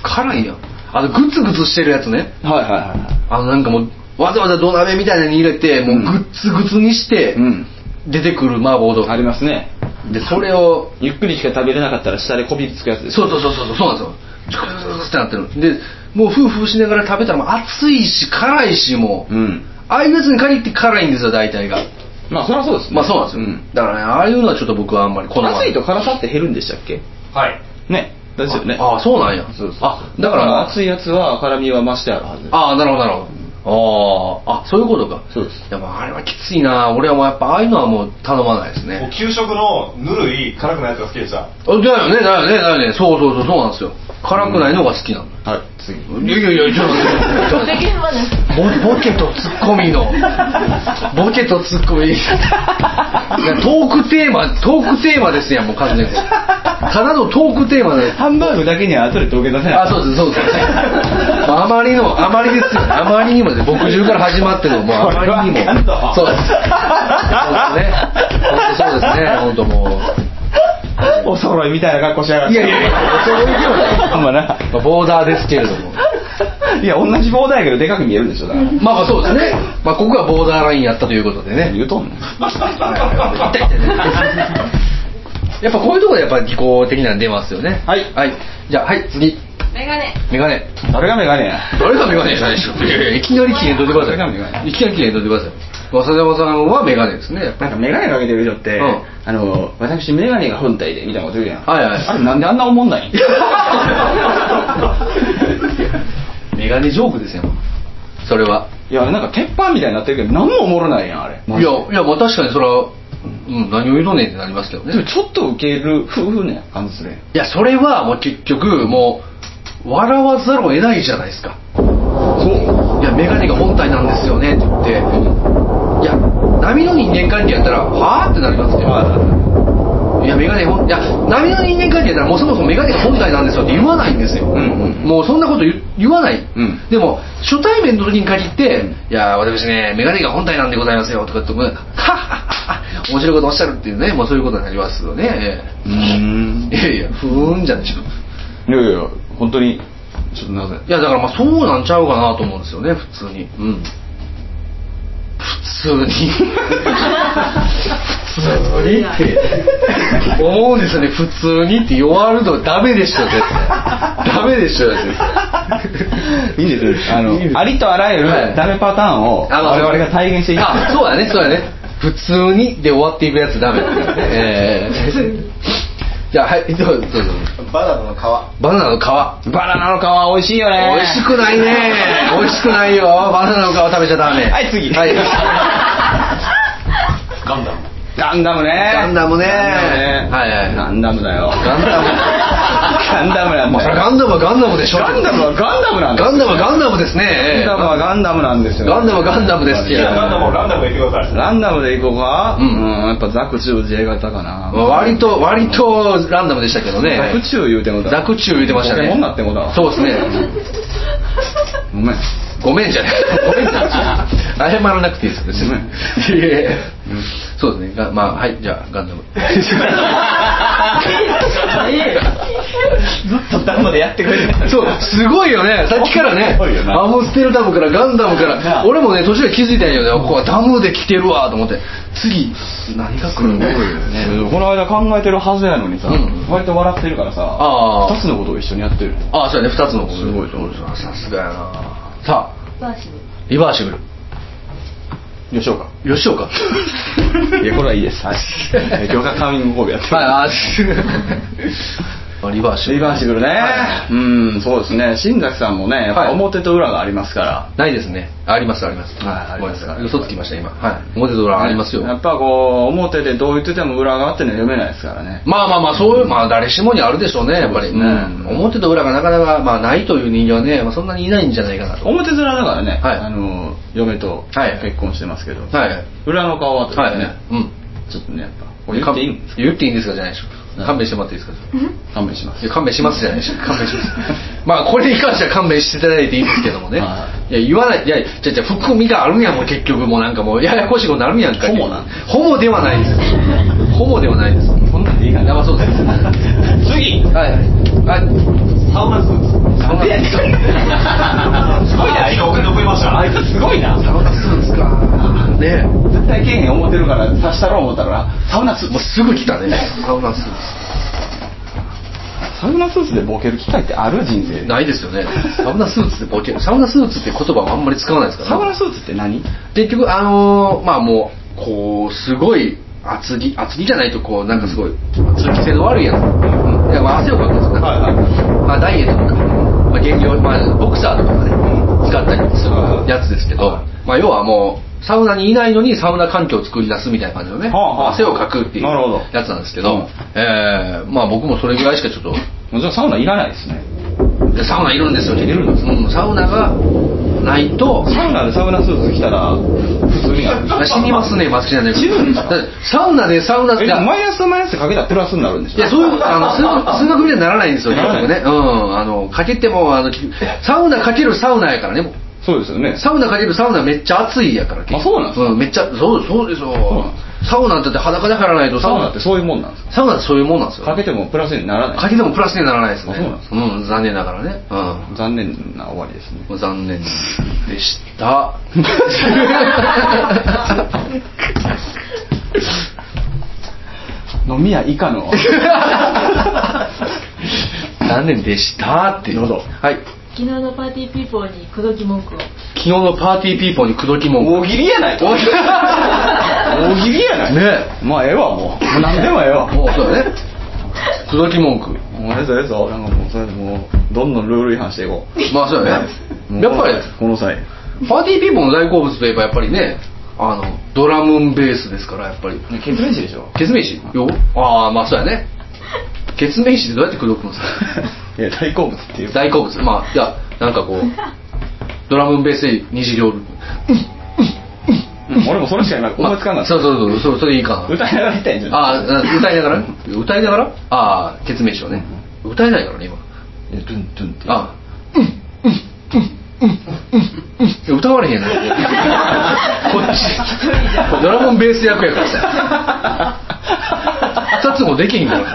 A: 辛いやんあのグツグツしてるやつね
C: はいはいはいはい
A: あのなんかもうわざわざ土鍋みたいなのに入れてもう
C: うん
A: グツグツにして
C: うん
A: 出てくる麻婆豆腐、
C: ありますね
A: でそれを
C: ゆっくりしか食べれなかったら下でこびりつくやつです
A: そうそうそうそうそうなんですよグツグツってなってるでもうフーフーしながら食べたらもう熱いし辛いしもう、
C: うん
A: ああいうやつに限って辛いんですよ大体が
C: まあそりゃそうですね
A: まあそうなんですよ、だからねああいうのはちょっと僕はあんまり好
C: うん
A: まな
C: 熱いと辛さって減るんでしたっけ
B: はい。
C: ねですよね
A: ああそうなんや
C: そうそう
A: あだ
C: だ
A: か
C: からら熱いやつは辛みは増してあるはず
A: ああなるほどなるほどあああそういうことか
C: そうです
A: やっぱあれはきついな俺はもうやっぱああいうのはもう頼まないですね
F: 給食のぬるい辛くないやつが好きでした
A: あだよねだよねだよねそうそうそうそうなんですよ辛くないのが好きなの、
C: はい次
A: いやいやいやちょっと 待って
E: 現場です
A: ボボケとツッコミ のボケとツッコミいやトークテーマトークテーマですやんもう完全にただのトークテーマで
C: ハンバーグだけには後で土下座せない
A: あそうですそうです、まあ、あまりのあまりですよねあまりにもね牧中から始まってのもうあまりにも
C: これはあかんぞ
A: そうですそうですね本当そうですね本当も
C: お揃いみたいな格好しやがっ
A: うい
C: て
A: やいやいやお揃いでは
C: ほんまな
A: ない、まあ、ボーダーですけれども
C: いや同じ棒だけどでかく見えるんでしょだから
A: まあまあそうですね、まあ、ここがボーダーラインやったということでね
C: 言うとんの
A: やっぱこういうところでやっぱ技巧的なの出ますよね
C: はい
A: はい、じゃあはい次
E: メガネ。
A: メガネ
C: 誰がメガネや
A: 誰がメガネじゃないでしょいやいやいきなり機嫌取ってくだ
C: 誰がメ
A: さ
C: ガ
A: いいきなり機嫌取ってください浅山さんはメガネですねやっぱ
C: なんかメガネかけてる人って、
A: うん
C: あの私メガネが本体でみたいなこと言うやん、
A: はいはい
C: あれなんであんな思 んないん
A: メガネジョークですよそれはい
C: やなんか鉄板みたいになってるけど何もおもろないやんあれ
A: いやいやまあ確かにそれは、うん、何を言うとんねんってなりますけど
C: でも
A: ね
C: ちょっとウケる夫婦ね感じするやん
A: いやそれはもう結局もう笑わざるを得ないじゃないですか
C: そう
A: いや、メガネが本体なんですよねって言って、いや、波の人間関係やったら、はぁってなりますけど、いや、メガネほん、いや、波の人間関係やったら、もうそもそもメガネが本体なんですよって言わないんですよ。
C: うんうん
A: もうそんなこと言言わない。
C: うん
A: でも、初対面の時に限って、いや、私ね、メガネが本体なんでございますよとかって、はっはっはっは面白いことおっしゃるっていうね、もうそういうことになりますよね。
C: うーん
A: いやいや、ふーんじゃないでしょ。
C: いやいや本当にちょっとなぜ
A: いやだからまあそうなんちゃうかなと思うんですよね普通にうん普通に 普通にって思うんですよね普通にって弱るとダメでしょ絶対ダメでしょ絶対
C: いいんですあの
A: いいです
C: ありとあらゆる
A: はい
C: ダメパターンを
A: あの
C: 我々が体現していく
A: あそうだねそうだね普通にで終わっていくやつダメっていうね、え ーじゃあはいどうぞどうぞ
F: バナナの皮
A: バナナの皮
C: バナナの皮美味しいよね
A: 美味しくないね美味しくないよバナナの皮食べちゃダメ
C: はい次
A: はい
B: ガンダム。
C: ガンダムね
A: ガンダムね
C: ガンダムね
A: はいはい
C: ガンダムだよ
A: ガンダム
C: ガンダムなんだよ
A: もうそれガガンダムはガンダムでしょ
C: ガンダムはガンダムなんです
A: ガンダムはガンダムですね
C: ガンダムはガンダムなんですよ
A: ガンダムはガンダムです
F: 好きなガンダムをガンダムで言ってください
C: ランダムでいこうか、
A: う
C: うんん、やっぱザクチュウ J 型かな、
A: 割と割とランダムでしたけどね
C: ザクチュウ言うてもだ
A: ザクチュウ言うてましたね
C: ポケモンなってもだ
A: そうですね
C: ごめん
A: ごめんじゃない。ごめんじゃない。謝らなくていいですよ別にいやいやいやそうですね。がまあはいじゃあガ ンダム。
C: ずっとダムでやってくれる
A: そうすごいよね。さっきからね
C: すごいよ。な
A: アムステルダムからガンダムか
C: な
A: ら。
C: あ
A: 俺もね途中で気づいたんやけどね。ここはダムで来てるわと思って。次何が来るの？
C: この間考えてるはずやのにさ、
A: うん
C: 割と笑ってるからさ
A: あー
C: 2つのことを一緒にやってる
A: あそうやね二つのこと。
C: すごいと思う
A: さすがやな。さあリバーシブル。
C: よしょうか
A: 吉 岡。
C: いやこれはいいですはいえ今日がカーミング神戸やってる
A: はいあす リバーシブル。
C: リバーシブルね、
A: はい
C: うんそうですね新崎さんもねやっ
A: はい
C: ぱ表と裏がありますから、
A: ないですね。ありますあります。
C: はいあります
A: ごめんなさい嘘つきました今。はい。表ドラありますよ。
C: やっぱこう表でどう言ってても裏側ってのは読めないですからね
A: まあまあまあそういうまあ誰しもにあるでしょうねやっぱり。
C: そうですね
A: うん表と裏がなかなかまあないという人間はねまあそんなにいないんじゃないかなと。
C: 表面だからね、
A: はい
C: あの嫁と
A: はい
C: 結婚してますけど、
A: はいはい。
C: 裏の顔はというかね、
A: うん。
C: ちょっとねやっぱこれ言っていいんですか
A: 言っていいんですかじゃないでしょ
C: はい
A: 勘弁してもらっていいですか
C: 勘弁します
A: いや勘弁しますじゃないでしょ 勘弁します まあこれに関しては勘弁していただいていいんですけどもね、、
C: はい
A: や言わないいやじゃじゃ含みがあるんやもん結局もうなんかもうややこしいことになるんやんか
C: ホモなん
A: ホモではないですホモではないです
C: こんなんでいいかな
A: やばそうです
C: 次
A: はいはい
F: サウナスーツ
A: サウナ
C: すごい な
F: あ今お金覚えました
C: あいつすごいな
A: サウナスーツかねえ
C: 絶対けえへん思ってるから刺したろう思ったらサウナスー
A: もう
C: ツ
A: すぐ来たねサウナスー
C: サウナスーツでボケる機会ってある人生
A: ツ
C: で
A: ないですよねサウナスーツってボケるサウナスーツって言葉はあんまり使わないですから
C: サウナスーツって何
A: 結局あのーまあもうこうすごい厚着厚着じゃないとこうなんかすごい通気性の悪いやつ、いやまあ、汗をかくんですよ、なんか
C: はいはい
A: まあ、ダイエットとか、まあ、減量、まあ、ボクサーとかね使ったりするやつですけど、まあ、要はもうサウナにいないのにサウナ環境を作り出すみたいな感じのね、
C: はあはあ
A: 汗をかくっていう
C: なるほど
A: やつなんですけどえーまあ僕もそれぐらいしかちょっと
C: もうじゃあサウナいらないですね
A: でサウナいるんですよいるんです、うん、サウナがないと
C: サウナでサウナスーツ着たら普通になる
A: 死にますね、松木さんね。
C: 死ぬんですか
A: だってサウナでサウナ
C: えでもマ
A: い
C: イナスとマイナスでかけたらプラスになるんでしょ
A: や、そういう、あの、数数学みたいにならないんですよ、結
C: ならない
A: 局ね。うん。あの、かけても、あの、きサウナかけるサウナやからね。もう
C: そうですよね
A: サウナかけるサウナめっちゃ暑いやから。結局
C: あそうなんですか
A: うん、めっちゃ、そう、そうですよ
C: うなんで。
A: サウナだって裸で入らないと、
C: サウナってそういうもんなんですか
A: サウナってそういうもんなんですよ。
C: かけてもプラスにならない
A: かけてもプラスにはならないですね。
C: あそうなんですか
A: うん、残念ながらね。うん。
C: 残念な終わりですね
A: 残念で した。
C: 飲み屋以下の
A: 残念でしたっていう。
C: 喉
A: はい。
G: 昨日のパーティーピーポーに口説き文句を
A: 昨日のパーティーピーポーに口説き文句。
C: 大喜利やないと
A: 大喜利
C: 大喜利やない
A: ね
C: まあええわもうもう何でもええわ
A: もうそうだね。口説き文句。
C: もうあれぞあれぞなんかもうそれもうどんどんルール違反していこ
A: まあそう
C: う
A: だ
C: も
A: ね。
C: う
A: やっぱり、
C: この際
A: パーティーピーポーの大好物といえばやっぱりね、あの、ドラムンベースですから、やっぱり。
C: ケツメイシでしょ
A: ケツメイシよああ、まあそうやね。ケツメイシってどうやって口説くの さ。
C: いや大好物っていう
A: 大好物。まあ、いや、なんかこう、ドラムンベースで二次行。
C: うん俺もそれしか今思いつかんかった
A: そうそうそう、それそれいいかな。
C: 歌いながら言ったんじゃ
A: ああ、歌いながらね歌いながらああ、ケツメイシをね。歌えないからね、今。
C: いやトゥントゥンって
A: あいや歌われへ んやろこっちドラゴンベース役やからさ2つもできへんから
C: ウー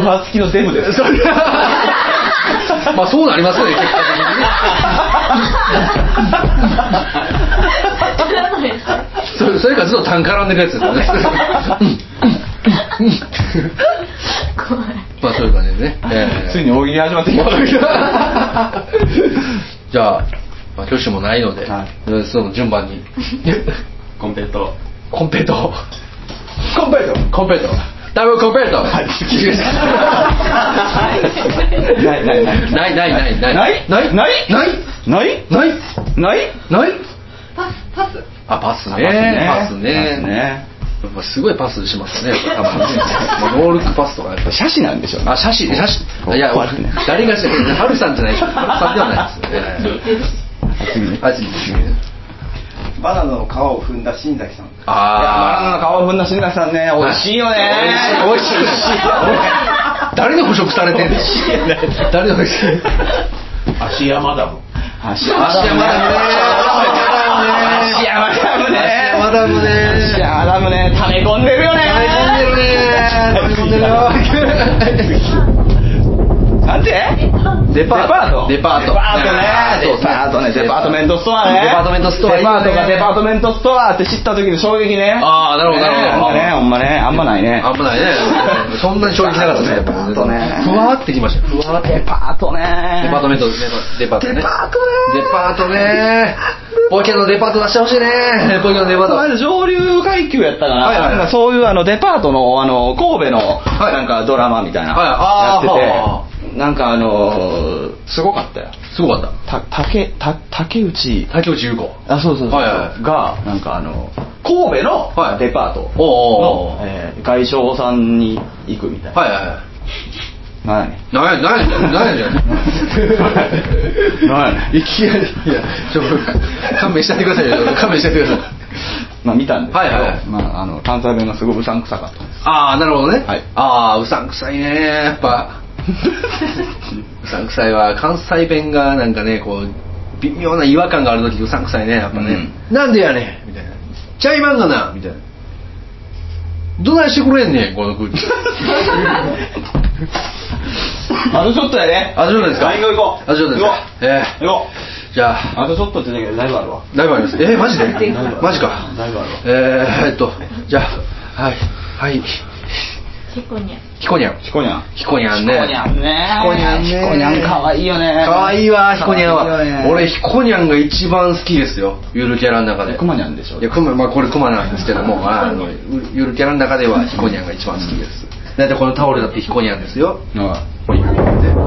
C: ハー付きのデブです
A: まあそうなりますよね結果的にねそれそれからずっと単絡んでるやつですよねまあそういう感じでね、えー
C: ついに大喜利 始まってきま
A: じゃあ、まあ、挙手もないので、
C: は
A: その順番に
B: コンペイト
A: コンペイト
C: 乾杯よ
A: コンペイトダブルコンペイト
C: いないない
A: な
C: ない
A: いないないない
C: ない
A: ないな
C: ない
A: い
C: な
A: な
C: い
A: い
C: ない
A: ない
E: パスパス
A: あパスね
C: え
A: パスね
C: ね
A: やっぱすごいパスしますね、やっぱたまにね。ノールックパスとか、やっぱ
C: 写真なんでしょうね
A: あ、写真、写真。いや、
C: こうやってね
A: 誰が写真、ハルさん じゃないです。ハルさんではないです。え
C: 厚み
A: え
C: ね
A: あ、次、次。
H: バナナの皮を踏んだ新崎さん
C: いやバナナ
A: ああ。
C: の皮を踏んだ新崎さんね美味しいよね
A: 美味しい、美味しい。誰に捕食されてんの誰の捕食
B: 足山だもん。
C: 芦
A: 山ダムね
C: 芦山ダムね
A: 芦山ダムね
C: 芦山ダムね溜め込んでるよね
A: 垂れ込んでるね垂れ込んでるよ
C: なんて
A: デパート
C: デパー
A: デ
C: ト
A: パートね
C: デパートねデパートメントストアね
A: デパートメントストア
C: デパートがデパートメントストアって知った時の衝撃ね
A: あーなるほどなるほど
C: ねほんまねほんまねあんまないね
A: あんまないね。そんなに衝撃なかったね、やっぱ。
C: デパートね
A: ふわーってきましたよ。ふわーって。
C: デパートね
A: デパートメント、デパートね。デパートね。デパートね。ポケのデパート出してほしい ね。ポケのデパー
C: この間
A: ト。
C: 上流階級やったかな,、
A: はいはいはい
C: なんかそういうあのデパートのあの神戸の
A: い
C: なんかドラマみたいな、
A: はいあーはあ
C: やっててなんかあのーすごかったよ
A: すごかった。
C: た竹た竹内
A: 竹内優子。
C: あそうそうそう、
A: はいはいはい
C: がなんかあの神戸
A: はい
C: のデパートの、
A: おうおうおう
C: えー外商さんに行くみたいな、
A: はいはいはい。
C: なんやねん
A: なんや、なんや、なんやじゃん。
C: なんやねん
A: いきなり、いや、ちょっと、勘弁してあげてくださいよ。勘弁してあげてください。
C: まあ見たんですけど、
A: はいはい
C: まあ、あの関西弁がすごいうさんくさかったんです
A: ああ、なるほどね。
C: はい
A: ああ、うさんくさいね、やっ ぱ。うさんくさいは、関西弁がなんかね、こう、微妙な違和感がある時うさんくさいね、やっぱね。なんでやねんみたいな。ちゃいまんがなみたいな。どないしてくれんねん、この空 気。
C: あとちょっとやね
A: あ、そうなんですか
C: ライン行こう
A: あ、そうなんです
C: 行こ
A: かえ
C: う行こ
A: えじゃあ、
C: あとちょっとって言ったけどだいぶあるわ
A: だいぶあります。えー、マジで
C: いぶ
A: マジか。
C: だいぶある
A: えー、えっと、じゃあ、はい、はい、
G: 結構ね
A: ひこにゃん。
C: ひこにゃん
A: ひこにゃんね。
C: ひこにゃんね
A: ひこにゃんね。
C: ひこにゃん可愛いよね
A: 可愛いわ、ひこにゃん
C: 可愛いよ
A: は。
C: ね
A: 俺、ひこにゃんが一番好きですよ。ゆるキャラの中で。
C: クマニャンでしょ
A: いや、クマ、まあこれクマなんですけども、あの、ゆるキャラの中ではひこにゃんが一番好きです。だってこのタオルだってひこにゃんですよ。
C: は
A: ここにこうやってタ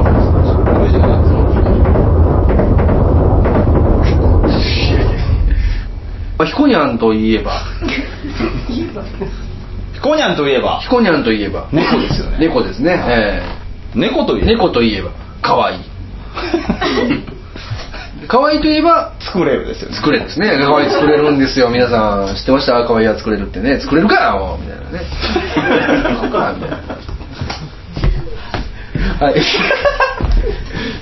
A: オルです。まあひこにゃんといえば、
C: いひこにゃんといえば
A: ひこにゃんといえば、
C: 猫ですよね
A: 猫ですね。え
C: 猫とい
A: え
C: えば
A: 猫といえば、可愛 い。可愛いといえば
C: 作れるですよね
A: 作れるんですね可愛い作れるんですよ皆さん知ってました可愛いは作れるってね作れるからもうみたいなねそっかみたいな はい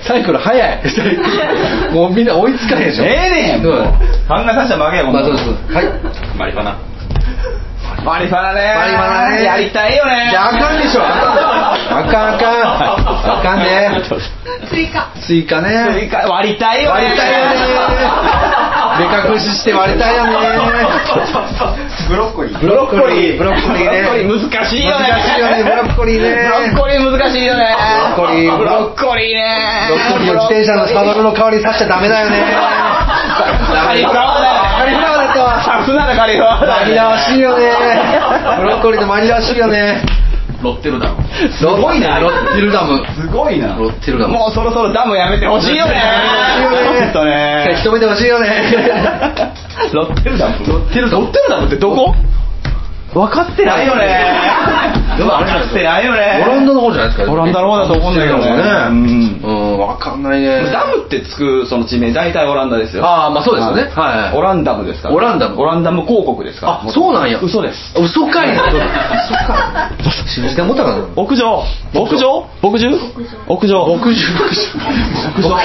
A: サイクル早いサイクル もうみんな追いつかへんでしょ
C: ええねん
A: そう
C: もうあんな大した曲げやもん
A: まあそうそうはい
B: マリファナ。
C: バリファラね
A: バリバラね
C: やりたいよね
A: いやあかん でしょあかんあかんあかんね
E: 追加
A: 追加ね
C: 追加割りたいよね
A: 割りたいよね目隠しして割りたいよね
H: ブロッコリー
A: ブロッコリー
C: ブロッコリー
A: ね
C: ブロッコリー難しいよね
A: 難しいよねブロッコリーね
C: ブロッコリー難しいよね
A: ブロッコリー
C: ブロッコリーね
A: ロッコリーを自転車のサドルの代わりにさしちゃダメだよね
C: カリフラワーだ
A: カリフラワーだと
C: さすがだカリフラワーだ
A: 紛らわしいよねブロッコリーと紛らわしいよね
B: ロッテルダム。
A: すごいねロッテルダム
C: すごいな
A: ロッテルダム
C: もうそろそろダムやめてほしいよね
A: 欲しいよね
C: ほんとね
A: 一目でほしいよね
C: ロッテルダムロッテルダムってどこ分かってないよね分かってないよね
A: オランダの方じゃないですか
C: オランダの方だと思うんだけどね
A: ねうん分かんないね
C: ダムってつくその地名大体オランダですよ
A: ああまあそうですよね
C: はい
A: はい
C: オランダムですから
A: オランダム
C: オランダム広告ですから
A: あそうなんや
C: 嘘です
A: 嘘かいな嘘かい信じてもったかな
C: 屋上屋上牧獣屋上
A: 牧場牧場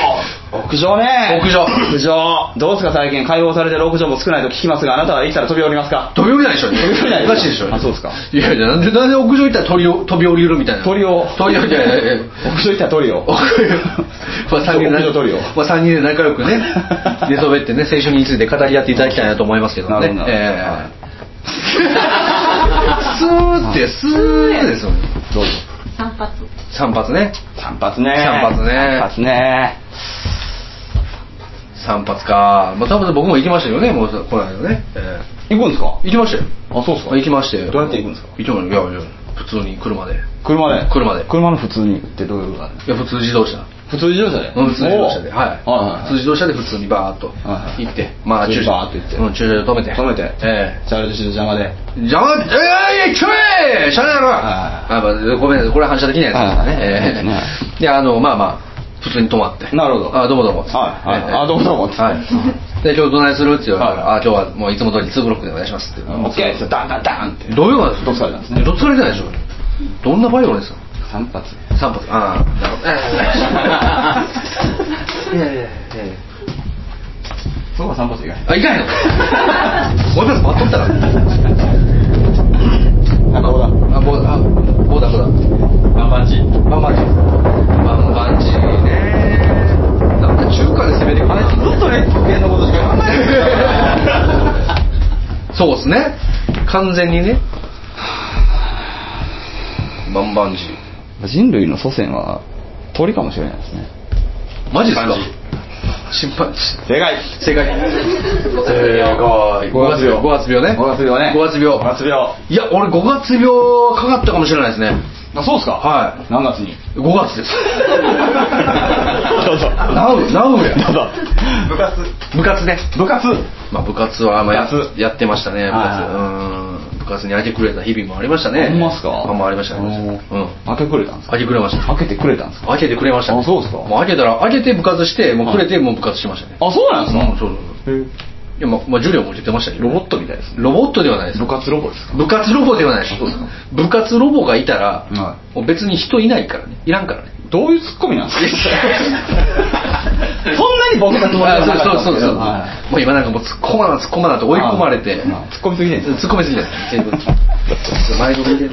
C: 屋上ね
A: 屋上
C: 屋上どうですか最近解放されてる屋上も少ないと聞きますがあなたは生きたら飛び降りますか
A: 飛び降りないでしょ飛
C: び降りない
A: おかしいでしょ
C: あそうですか
A: いやいやなんでなんで屋上行ったら鳥を飛び降りるみたいな
C: 鳥を
A: 鳥をいやいやいや
C: 屋上行ったら鳥を
A: 屋上まあ三人で
C: 屋上鳥を
A: まあ三人で仲良くね寝そべってね青春について語り合っていただきたいなと思いますけどもね
C: なるほど
A: え
C: は
A: えスーってスーですよね
C: どうぞ
G: 散髪
A: 散髪ね
C: 散髪ね
A: 散髪ね
C: 散髪ね
A: 散髪かまあ多分僕も行きましたよねもうこの間ね、ええ
C: 行くんですか
A: 行きましたよ
C: あそうですか
A: 行きましたよ
C: どうやって行くんですか
A: 行きましたよいやいや普通に車で
C: 車で
A: 車で
C: 車の普通にってどういうこと
A: いや普通自動車
C: 普通自動車で
A: うん、普通自動車で、
C: おー
A: はい
C: はいはい
A: 普通自動車で普通にバーっと
C: はいはい
A: 行って、まあ
C: 普通
A: 駐
C: に
A: 車
C: バーっと行って
A: うん、駐車場止めて
C: 止めて
A: ええ
C: チャイルドシート邪魔で
A: 邪魔ええ聞こえしゃあないやろあまあごめんなさいこれは反射できないやつですね
C: はい
A: え
C: はい
A: えであのまあまあ普通に止まって
C: なるほど
A: あどうもどうも
C: はいはい
A: ええ
C: あどうもどうもって
A: はいで今日どないするって言われて
C: はい
A: あ今日はもういつも通り2ブロックでお願いしますって
C: オッケーってダンダンダンって
A: どういうこと
C: どつかれたんですね
A: どつかれてないでしょどんなバイオレンスなの
C: 三発
A: 三発ああなるほどえ えいやいやいやいや
C: そこは三発以外
A: あ、い かんよ。もう一発待っとったから。
C: なんかほら
A: あ、もう、あ、もうだ、もうだ。バンバンジー。バンバンジー。バンバンジーね。なんか中華で攻めてくるな。
C: ずっとね時計のことしか考えてない
A: そうですね。完全にね。バンバンジー。
C: 人類の祖先は鳥かもしれないですね
A: マジですか心配。
C: 正解
A: 正解。正解。
C: 五月病
A: 五月病ね。
C: 五月病ね
A: 五月病。
C: 五月病
A: いや、俺五月病かかったかもしれないですね。
C: あそうですか
A: はい
C: 何月に
A: 5月です
C: どうぞ
A: なうなうや
C: どうぞ
F: 部活
A: 部活ね
C: 部活
A: まあ部活はまあや
C: 部活
A: やってましたね部活
C: はい
A: ー
C: う
A: ん部活に明け暮れた日々もありましたね
C: ほんまっすか
A: あまあありましたありましたうん
C: 開けくれたんですか
A: 明け暮れました
C: 開けてくれたんですか
A: 明けてくれましたね
C: あそうっすか
A: もう明けたら明けて部活してもうくれて
C: はい
A: もう部活しましたね
C: あそうなん
A: うん
C: です
A: そ
C: か
A: うそうそう
C: へえ
A: いやまあまあ授業も受けてましたけど
C: ロボットみたいですね
A: ロボットではないです
C: 部活ロボですか
A: 部活ロボではないです
C: そうですか
A: 部活ロボがいたら
C: は
A: もう別に人いないからねいらんからね
C: どういうツッコミなんですかそんなにボケたつもりはなか
A: あ
C: った
A: そう
C: んで
A: そうそうそ
C: す
A: う、
C: はい
A: もう今なんかもう突っ込まな突っ込まなって追い込まれて
C: ああ突っ込みすぎてんです
A: 突っ込みすぎじゃない全部前のめりで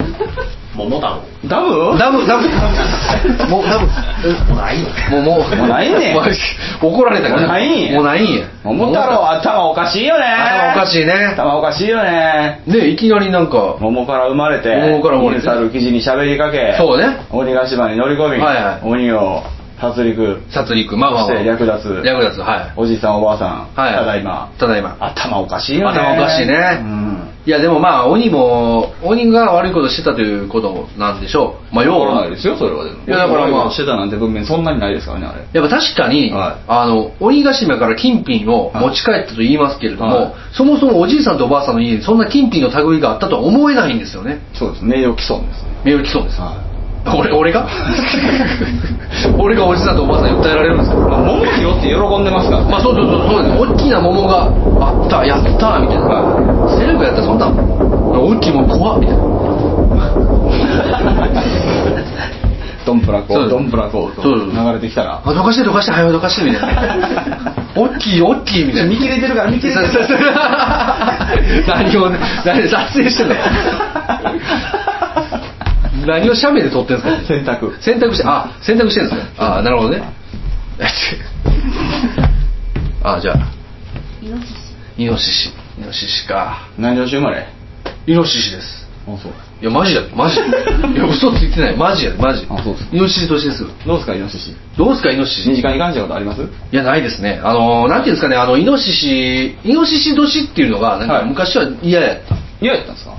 B: 桃太郎
C: ダブ
A: ダブダブもうダブ
B: もうないよ
A: もうもう
C: もうないねん
A: もう怒られたから
C: もうないんや
A: もうないんや
C: 桃太郎頭おかしいよね
A: 頭おかしいね
C: 頭おかしいよね
A: ねいきなりなんかは
C: 桃から生まれて
A: 桃から生まれて
C: 犬猿記事に喋りかけ
A: そうね
C: 鬼ヶ島に乗り込み、
A: はいはい
C: 鬼を殺戮
A: 殺戮まあまあ
C: そ
A: まあ
C: して略奪
A: 略奪はい
C: おじいさんおばあさん、
A: はい
C: ただいま
A: ただいま
C: 頭おかしいよね
A: 頭おかしいね
C: うん
A: いやでもまあ鬼も鬼が悪いことしてたということなんでしょうまあ要
C: わから
A: は
C: ないですよそれはでも
A: いやだからまあ
C: 俺がしてたなんて文面そんなにないですからねあれ
A: やっぱ確かに、
C: はい
A: あの鬼ヶ島から金品を持ち帰ったと言いますけれども、
C: はい
A: そもそもおじいさんとおばあさんの家にそんな金品の類があったとは思えないんですよね
C: そうです名誉毀損ですね
A: メール来そう です、
C: はい
A: 俺俺 が俺がおじさんとおばあさんに訴えられるんですよ
C: まあ桃拾って喜んでますからね
A: まあそうそうそうそうです大きな桃があったやったみたいなセレブやったらそんな大きいもん怖っみたいな
C: ドンブラ
A: そ
C: コ
A: う
C: ドンブラコと
A: そうそう
C: 流れてきたら
A: あどかしてどかして早よどかしてみたいなおっきいおっきいみたいな
C: 見切れてるから見切れてる
A: そうそうそう何を何撮影してんの何を写メで撮ってんすか
C: 洗濯
A: 選択してあ選択してるんですかあなるほ どねあじゃあ
G: イノシシ
A: イノシシイノシシか
C: 何年生まれ
A: イノシシです
C: あそう
A: いやマジやマジいや嘘ついてないマジやマジ
C: あそうですか
A: イノシシ年ですよ
C: どうですかイノシシ
A: どうですかイノシシ
C: 身近に感じたことあります
A: いや、ないですね。あのー、なんていうんですかね、あの、イノシシ、イノシシ年っていうのが、なん
C: は
A: か
C: い
A: 昔は嫌やった。
C: 嫌やったんですか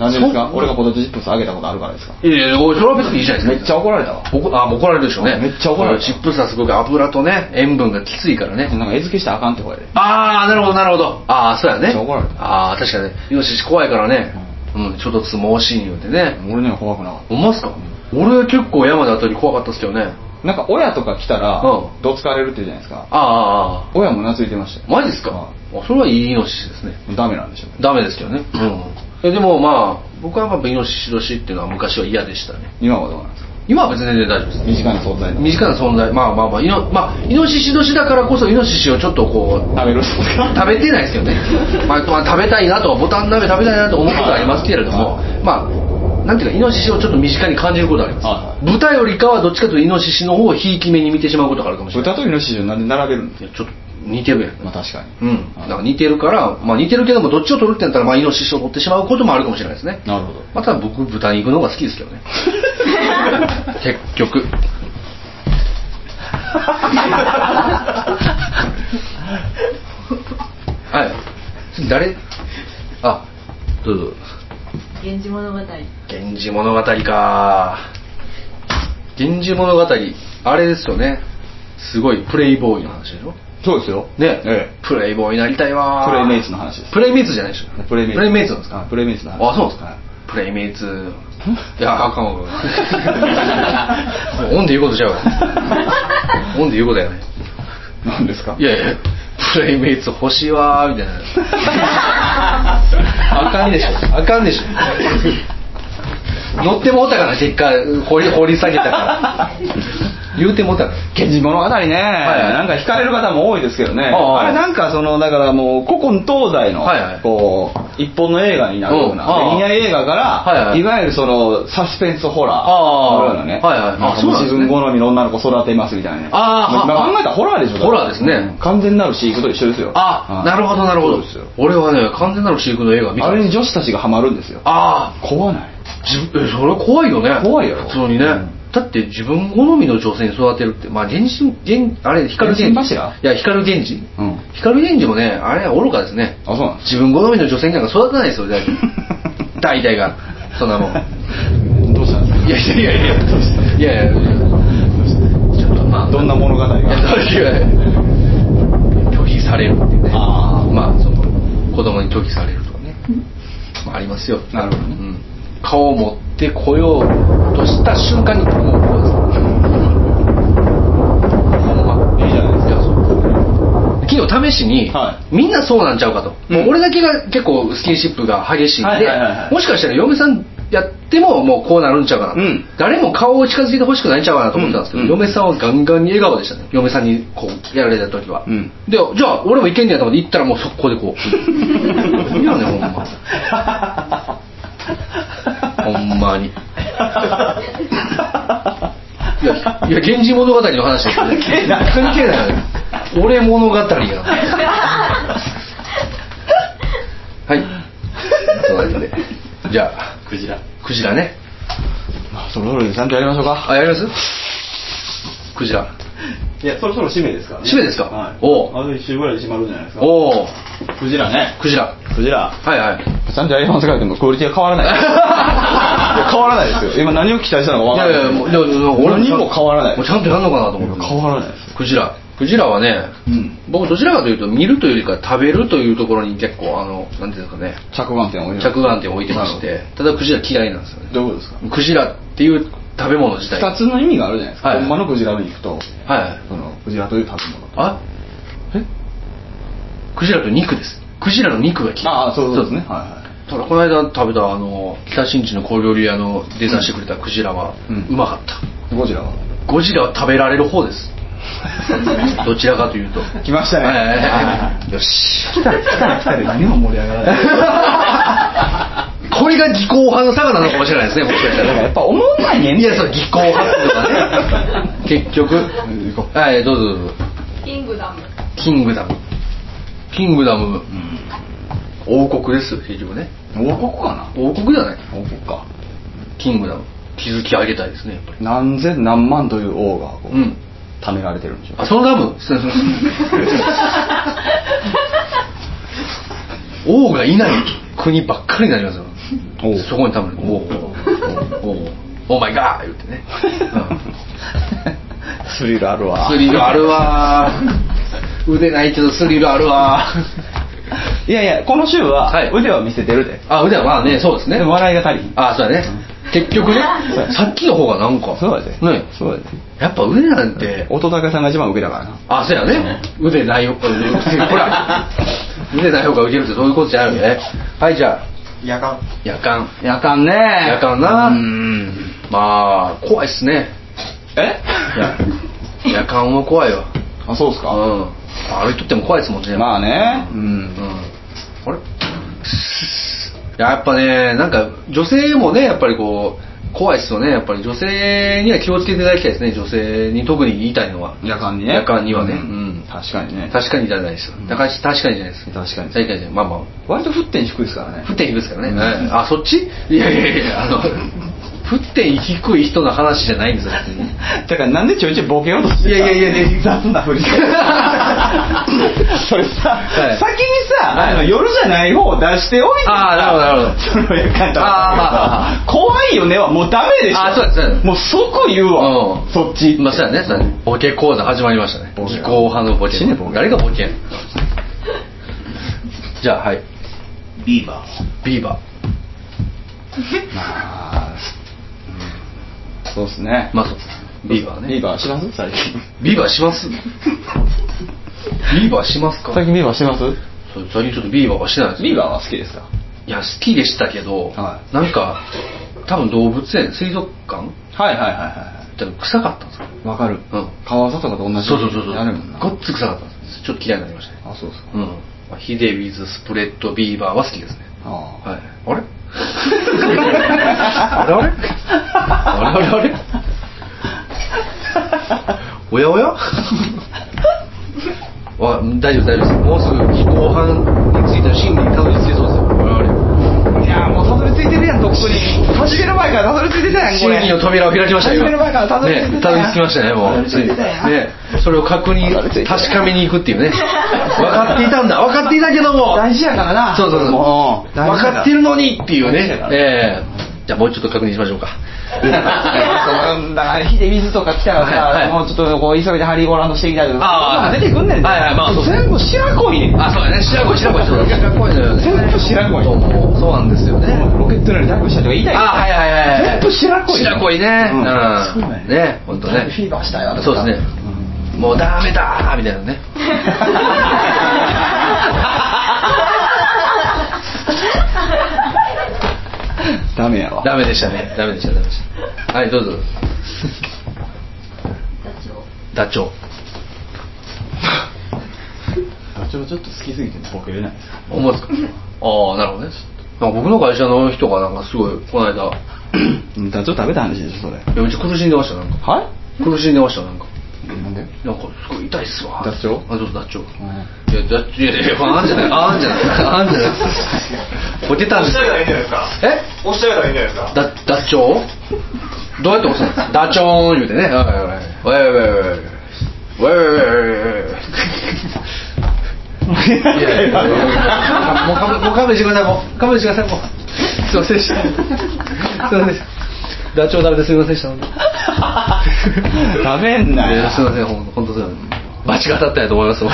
C: 何でですか
A: そう
C: 俺がポテトチップスあげたことあるからですか
A: い、やいや、それは別にいいじゃない
C: め
A: で
C: っ
A: す
C: ち
A: か。
C: ゃ怒られたわ
A: 怒あ怒られるでしょうね。
C: めっちゃ怒られた
A: チップスはすごく油とね、塩分がきついからね。
C: なんか餌付けしたらあかんって声で
A: ああ、なるほど、なるほど。ああ、そうやね。
C: めっちゃ怒られた
A: ああ、確かにね。イノシシ怖いからね。うん、ちょっと相撲シーン言うてね。
C: 俺には怖くなかっ
A: ほんまっすか俺結構山であたり怖かったっすけどね。
C: たなんか親とか来たら
A: うん
C: どつかれるって言うじゃないですか
A: ああああ、あ
C: 親もうなついてました
A: あ
C: よ
A: マジっすか
C: は
A: あそれはいいイノシシですね。
C: いダメなんでしょうね
A: ダメですけどね。うん。でもまあ、僕はやっぱイノシシ年っていうのは昔は嫌でしたね。
C: 今はどうなんですか
A: 今は別に全然大丈夫です。
C: 身近な存在の
A: 身近な存在、まあまあまあ、イノ,、まあ、イノシシ年だからこそイノシシをちょっとこう、
C: 食べるんですか
A: 食べてないです よね。まあ、まあ食べたいなと、ボタン鍋食べたいなと思うことはありますけれども、まあ、なんていうか、イノシシをちょっと身近に感じることはありま
C: は
A: す。豚よりかはどっちかというとイノシシの方をひいき目に見てしまうことがあるかもしれない。
C: 豚とイノシシをなんで並べるんです
A: いやちょっと似てるやん。
C: まあ確かに
A: うん、だから似てるから、まあ、似てるけどもどっちを取るってなったら、まあ、イノシシを取ってしまうこともあるかもしれないですね
C: なるほど
A: また僕豚肉の方が好きですけどね結局はい次誰あどうぞ
G: 源氏物語
A: 源氏物語か源氏物語あれですよね
C: すごいプレイボーイの話でしょ
I: そうですよ。
C: ね、
I: え
A: プレイボーイになりたいわー
C: プレイメイツの話です
A: プレイメイツじゃないでしょ
C: え。プレイメイツ。
A: プレイメイツなんですか
C: はいプレイメイツの話。
A: あそうですか、
C: はい
A: プレイメイツいやあかんわ オンで言うことちゃうわオンで言うことやね
C: 何ですか
A: いやいやプレイメイツ欲しいわーみたい なあかんでしょあかんでしょ乗ってもうたから結果掘り掘り下げたから言うてもう たから
C: 源氏物語ね、
A: い
C: なんか惹かれる方も多いですけどね、
A: ああ
C: あれなんかそのだからもう古今東西の、
A: はいはい
C: こう一本の映画になるような
A: うんああ
C: 恋愛映画から、
A: はい
C: い
A: はい
C: わゆるそのサスペンスホラー
A: ああ
C: ホラーのね、
A: はいはいあ
C: なんか
A: そうなんです
C: 自
A: ね
C: 分好みの女の子育てますみたいなね
A: ああ
C: も
A: は
C: う今考えたらホラーでしょ
A: ホラーですね
C: うん完全なる飼育と一緒ですよ
A: あ
C: うん
A: なるほどなるほど
C: そうです
A: 俺はね完全なる飼育の映画見
C: よ
A: た
C: あ
A: ん
C: れ
A: で
C: に
A: す
C: 女子たちがハマるんですよ
A: ああ
C: 怖ない
A: 自分えそれ怖いよね
C: 怖いよ
A: 普通にね、
C: うん
A: だって自分好みの女性に育てるってまあ原神原あれ光源
C: 原
A: 氏
C: 神
A: い
C: 柱
A: や光源氏
C: うん
A: 光源氏もねあれは愚かですね
C: あそうなんです
A: 自分好みの女性になんか育たないですよ大体 大体がそんなもん
C: どうしたんですか
A: いやいやいやいやいやいやちょっとまあ
C: どんな物語が
A: いやどうしよう 拒否されるっていうね
C: あー
A: まあその子供に拒否されるとかね、まあ、ありますよ
C: なるほどね
A: うん、顔を持ってこようとした瞬間にもうこうですほんま
C: いいじゃないですか
A: やそう昨日試しに、
C: は
A: みんなそうなんちゃうかと、
C: うん
A: もう俺だけが結構スキンシップが激しいんで、
C: はいはいはいはい
A: もしかしたら嫁さんやってももうこうなるんちゃうかなと、
C: うん
A: 誰も顔を近づいてほしくないんちゃうかなと思ってたんですけど、
C: うんうん
A: 嫁さんはガンガンに笑顔でしたね嫁さんにこうやられた時は、
C: うん
A: でじゃあ俺もいけんねやと思って行ったらもう速攻でこう いやねほんまほんまにいやいや源氏物語の話ですね
C: 関係ない
A: 関係ない俺物 語やはいその間でじゃあ
B: クジラ。
A: クジラね
C: まあそろそろでちゃんとやりましょうか
A: あやりますクジラ
C: いやそろそろ締めですからね
A: 締めですか
C: はい、
A: おう
C: あと一週ぐらいで締まるんじゃないですか
A: おお
C: クジラね
A: クジラ
C: クジラ
A: はいはい
C: ちゃんとやりますかでもクオリティは変わら ないいや変わらないですよ今何を期待したのか
A: い
C: 分か
A: や
C: ん
A: い
C: ない
A: やもうでもでも俺
C: 何も変わらない
A: もうちゃんとやんのかなと思って
C: 変わらないです
A: クジラクジラはね、
C: うん
A: 僕どちらかというと見るというよりか食べるというところに結構あのなんていうんですかね
C: 着眼点を置いてます
A: 着眼点を置いてましてただクジラ嫌いなんですよね
C: どういうことですか
A: クジラっていう食べ物自体
C: 二つの意味があるじゃないですか、
A: はい
C: ほんまのクジラの肉と
A: はい
C: そのクジラという食べ物と
A: あえクジラと肉ですクジラの肉が嫌い
C: ああそうそうですねは
A: ただこの間食べたあの北新地の小料理屋のデザーしてくれたクジラは
C: うん
A: うまかった、
C: いはいゴジラは
A: ゴジラは食べられる方です どちらかというと
C: 来ましたね
A: はいはい
C: は
A: はいよし
C: 来たら来たら来たら何も盛り上がらない
A: これが技巧派の魚なのかもしれないですねもしかした
C: やっ
A: ら
C: ぱ思わないねん
A: いやそう技巧派っていうのはね結局
C: 行こ
A: はいどうぞどうぞ
E: キングダム。
A: キングダムキングダム、王国ですよ結局ね
C: 王国か
A: 王国じゃない
C: な王国か
A: キングダム築き上げたいですねやっぱり
C: 何千何万という王がこう、
A: うん
C: ためられてるんでしょう
A: あそのダム王がいない国ばっかりになりますよ
C: おう
A: そこに多分おうおうおうおうおうマイガー言って ね、
C: スリルある
A: うん
C: わ
A: スリルあるわー腕ないけどスリルあるわ
C: いやいやこの週は
A: はい
C: 腕は見せてるで、
A: ーあ腕はまあねそうですね
C: でも笑いが足りひん
A: あそうだね結局ねさっきの方がなんか
C: そうやで
A: ね
C: そうやで
A: やっぱ腕なんて
C: 乙武さんが一番受けだからな
A: あそうやね腕ない よほら腕ない方が受けるってそういうことじゃないよねはいじゃあ
H: 夜間
A: 夜間
C: 夜間ね
A: 夜間な
C: うん
A: まあ怖いっすね
C: え
A: 夜間も怖いよ
C: あそうっす
A: う
C: か、
A: ん歩いとっても怖いですもんね
C: まあねう
A: うん
C: ん
A: あれいややっぱねなんか女性もねやっぱりこう怖いっすよねやっぱり女性には気をつけていただきたいですね女性に特に言いたいのは
C: 夜間にね
A: 夜間にはね、
C: う
A: うんん
C: 確かにね
A: 確かにじゃないですよ、
C: うん
A: だから確かにじゃないです
C: 確かに
A: 確かにじゃないまあまあ
C: 割と沸点低いですからね
A: 沸点低いですからね、
C: うん
A: はいあそっちいやいやいやあ の沸点低い人の話じゃないんですよ別に
C: だからなんでちょいちょいボケようとして
A: いやいやいやいや
C: 雑なふりしてそれさ、
A: はい
C: 先にさ、
A: はい
C: あの夜じゃない方を出しておいてさ
A: あーなるほどなるほど
C: そのやり方だけど
A: あー
C: さ怖いよねはもうダメでしょ
A: あーそうですそうです
C: もう即言うわ、
A: うん
C: そっち
A: まあ、そうやね、そうやね。ボケ講座始まりましたね。
C: ボケ
A: 技巧派のボケ。ね、誰がボケやねんじゃあ、はい。
B: ビーバー。
A: ビーバ
C: まあうんそうですね
A: ー。まあ、そうビーバー
C: ビー
A: ね。
C: バーします最近
A: ビーバーしますビーバーしますか
C: 最近ビーバーしてます
A: そう最近ちょっとビーバーはしてないですね
C: ビーバーは好きですか
A: いや、好きでしたけど、
C: は
A: なんか、多分動物園、水族館
C: はいはいはいは
A: 多分臭かったんですよ。
C: いわかる
A: うん
C: カワウソとかと同じ
A: そうそうそうそう。
C: あるもんな
A: ごっつ臭かったんです。ちょっと嫌いになりましたね。
C: あそうですか
A: うん。まあヒデウィズスプレッドビーバーは好きですね。
C: ああ
A: はい。あれあれあれあれあれ あれおやおやわ大丈夫大丈夫です。もうすぐ後半についての心理にたどり着けそうですよ。我々。
C: いやもうたどり着いてるやんとっく に初めの前からたどり着いてたやんこ
A: 心
C: れ
A: 理の扉を開きましたよ。
C: 初めの前からたどり着いて
A: ね
C: た
A: たど
C: やん
A: り着きましたね、もう。
C: たどり着いてたやん
A: ねそれを確認、確かめに行くっていうね。分かっていたんだ、分かっていたけども。
C: 大事やからな
A: そうそうそう。
C: も
A: 分
C: う大事だ
A: かってるのにっていう
C: 大事だ
A: ね
C: か。ら
A: ええ。じゃあもうちょっと確認しましょうか。
C: そうだから火で水とか来たらさ、
A: はいはい
C: もうちょっとこう急いでハリーゴランドしてきたりとか
A: ああ
C: そんなの出てくんねんで
A: はいはいまあそう
C: 全部白子にね
A: あ、そうだね。白子、白子、白子。白子のよね
C: 全部白子
A: どうもそうなんですよね。
C: ロケットより抱っこしたりとか言いたい
A: あ、はいはいはいはい。
C: 全部白子
A: 白子ね。
C: う
A: うんん。
C: そうなんや
A: ね、本当ね。
C: フィーバーしたいわと
A: そう
C: か
A: ですね。もうダメだーみたいなね。
C: ダメやわ
A: ダメでしたね。ダメでした。ダメでした。はい、どうぞ。ダチョウ。
C: ダチョウちょっと好きすぎてボケれないですか
A: 思うんですか。ああ、なるほどね。なんか僕の会社の人がなんかすごいこの間、
C: ダチョウ食べた話でしょそれ
A: いやめっちゃ苦しんでましたなんか。
C: は
A: 苦しんでましたなんか。
C: いなんで
A: なんかすごい痛いっすわ。
C: ダチョウ
A: あ、そうダチョウ。いや、ダチョウいやいや、あんじゃない、あんじゃない、あんじゃない。ボケたんで
F: 押し
A: す
F: た
A: よ
F: らいいんじゃないですか。
A: え？
F: 押したらいいんじゃないですか。
A: だ、ダチョウどうやって押すのダチョーン言うてね。おいおいおい。おいおいおい。おいおいおいおいおい。いやいやいやもう勘弁もう勘弁してくださいもう勘弁してくださいもうすいませんでしたすいませんでしたダチョウダメですいませんでした本当に
C: 食べんないよ
A: やすいませんほん本当すいませんバチが当たったんやと思い ます僕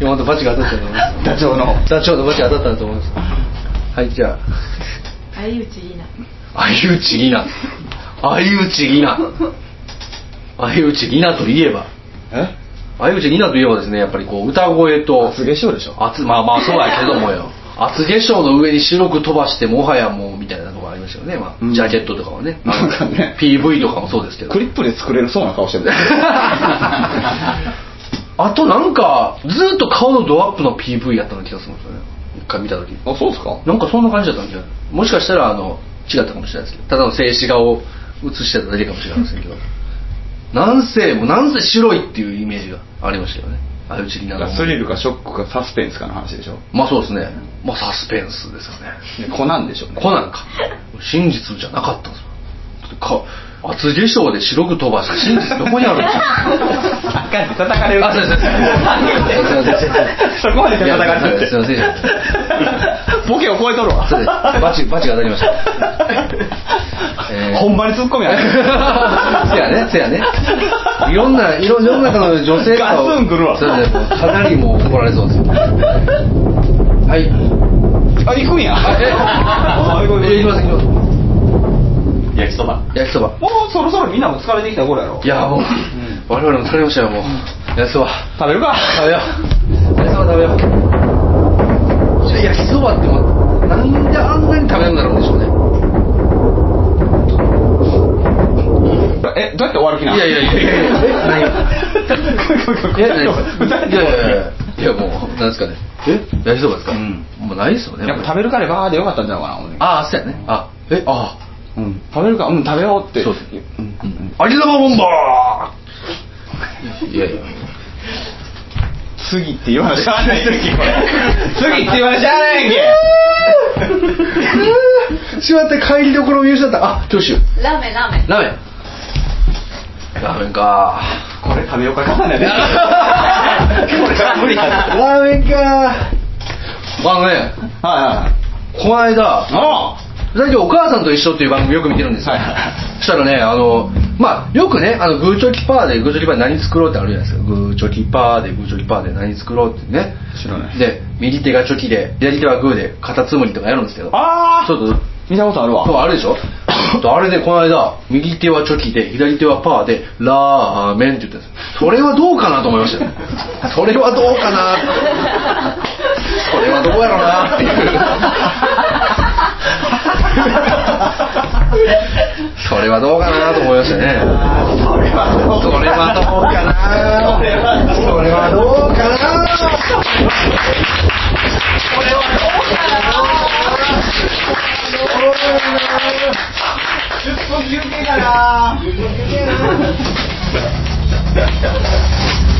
A: 今本当バチが当たったんやと思います
C: ダチョウの
A: ダチョウのバチが当たったんやと思いますはいじゃあ
G: 相内里奈
A: 相内里奈相内里奈相内里奈といえば
C: え
A: 相内里奈といえばですねやっぱりこう歌声と
C: 厚化粧でしょ
A: 厚まあまあそうやけどもよ厚化粧の上に白く飛ばしてもはやもうみたいなとこありましたよね、まあ
C: うん
A: ジャケットとかはね
C: なんか ね
A: PV とかもそうですけど
C: クリップで作れるそうな顔してる
A: あとなんかずっと顔のドアップの PV やったの気がするんですよね一回見た時
C: あそうですか
A: なんかそんな感じだったんじゃないもしかしたらあの違ったかもしれないですけどただの静止画を映してただけかもしれませんけどなんせもうなんせ白いっていうイメージがありましたよねああいうちになんか
C: スリルかショックかサスペンスかの話でしょ
A: まあそうですねまあサスペンスですよね
C: でコナンでしょうね
A: コナンか真実じゃなかったんですよか厚化粧で白く飛ばした真実どこにあるんですか
C: あかんって叩かれる
A: あ、そうです。
C: そこまで叩かれるって
A: すいません。
C: ボケを超えとるわ
A: そうです。バチ、バチが当たりました。えー
C: ほんまにツッコミ や
A: せやね、せやね。いろんな、いろん世の中の女性とかを
C: ガツンくるわ
A: そうですね。もうかなりもう怒られそうですよ。はい。
C: あ行くんや
A: あ
C: あ行く
A: え、え、いきます、いきます。
B: 焼きそば。
A: 焼きそば。
C: もうそろそろみんなも疲れてきた頃やろ
A: いや、もう、我々も疲れましたよ、もう。焼きそば。
C: 食べるか
A: 食べよう。焼きそば食べよう。いや焼きそばってもう、なんであんなに食べなくなるんでしょうね。
C: えどうやって終わる気
A: い
C: な
A: や
C: ん
A: いやいやい やいや、何いや、
C: 何
A: 何いやいやいやいや、もう、なんですかね。え、焼きそばですか。
C: うん
A: もうないですよね。
C: やっぱ食べるかでバーでよかったんじゃないかな俺
A: ああ、そうやね。あ、え、あ
C: うん食べるかうん食べようって
A: そう
C: うん
A: あ、うん、ありがとうボンバー。いやいや。
C: 次って言わなしゃあない 次って言わなしゃあないんけ
A: しまって帰りどころを見失った。あ、どうしよう。
E: ラーメンラーメン
A: ラーメン。ラーメンか
C: これ食べよ うかかなねこれは無理だな
A: ラーメンかあのね
J: はい
A: この間
J: あ
A: 最近「お母さんと一緒」っていう番組よく見てるんですよ、
J: はいはいはい
A: そしたらねあのまあよくねあのグーチョキパーでグーチョキパーで何作ろうってあるじゃないですかグーチョキパーでグーチョキパーで何作ろうってね
J: 知らない
A: で右手がチョキで左手はグーでカタツムリとかやるんですけど
J: あ
A: ちょっと
J: 見たことあるわ
A: そうあれでしょ あれでこの間右手はチョキで左手はパーでラーメンって言ったんですそれはどうかなと思いまし たよそれはどうかなそれはどうやろうな っていうそれはどうかなと思いましたね
C: それはどう
A: それはどうかな
C: それはどう
A: それはどうかな
C: そ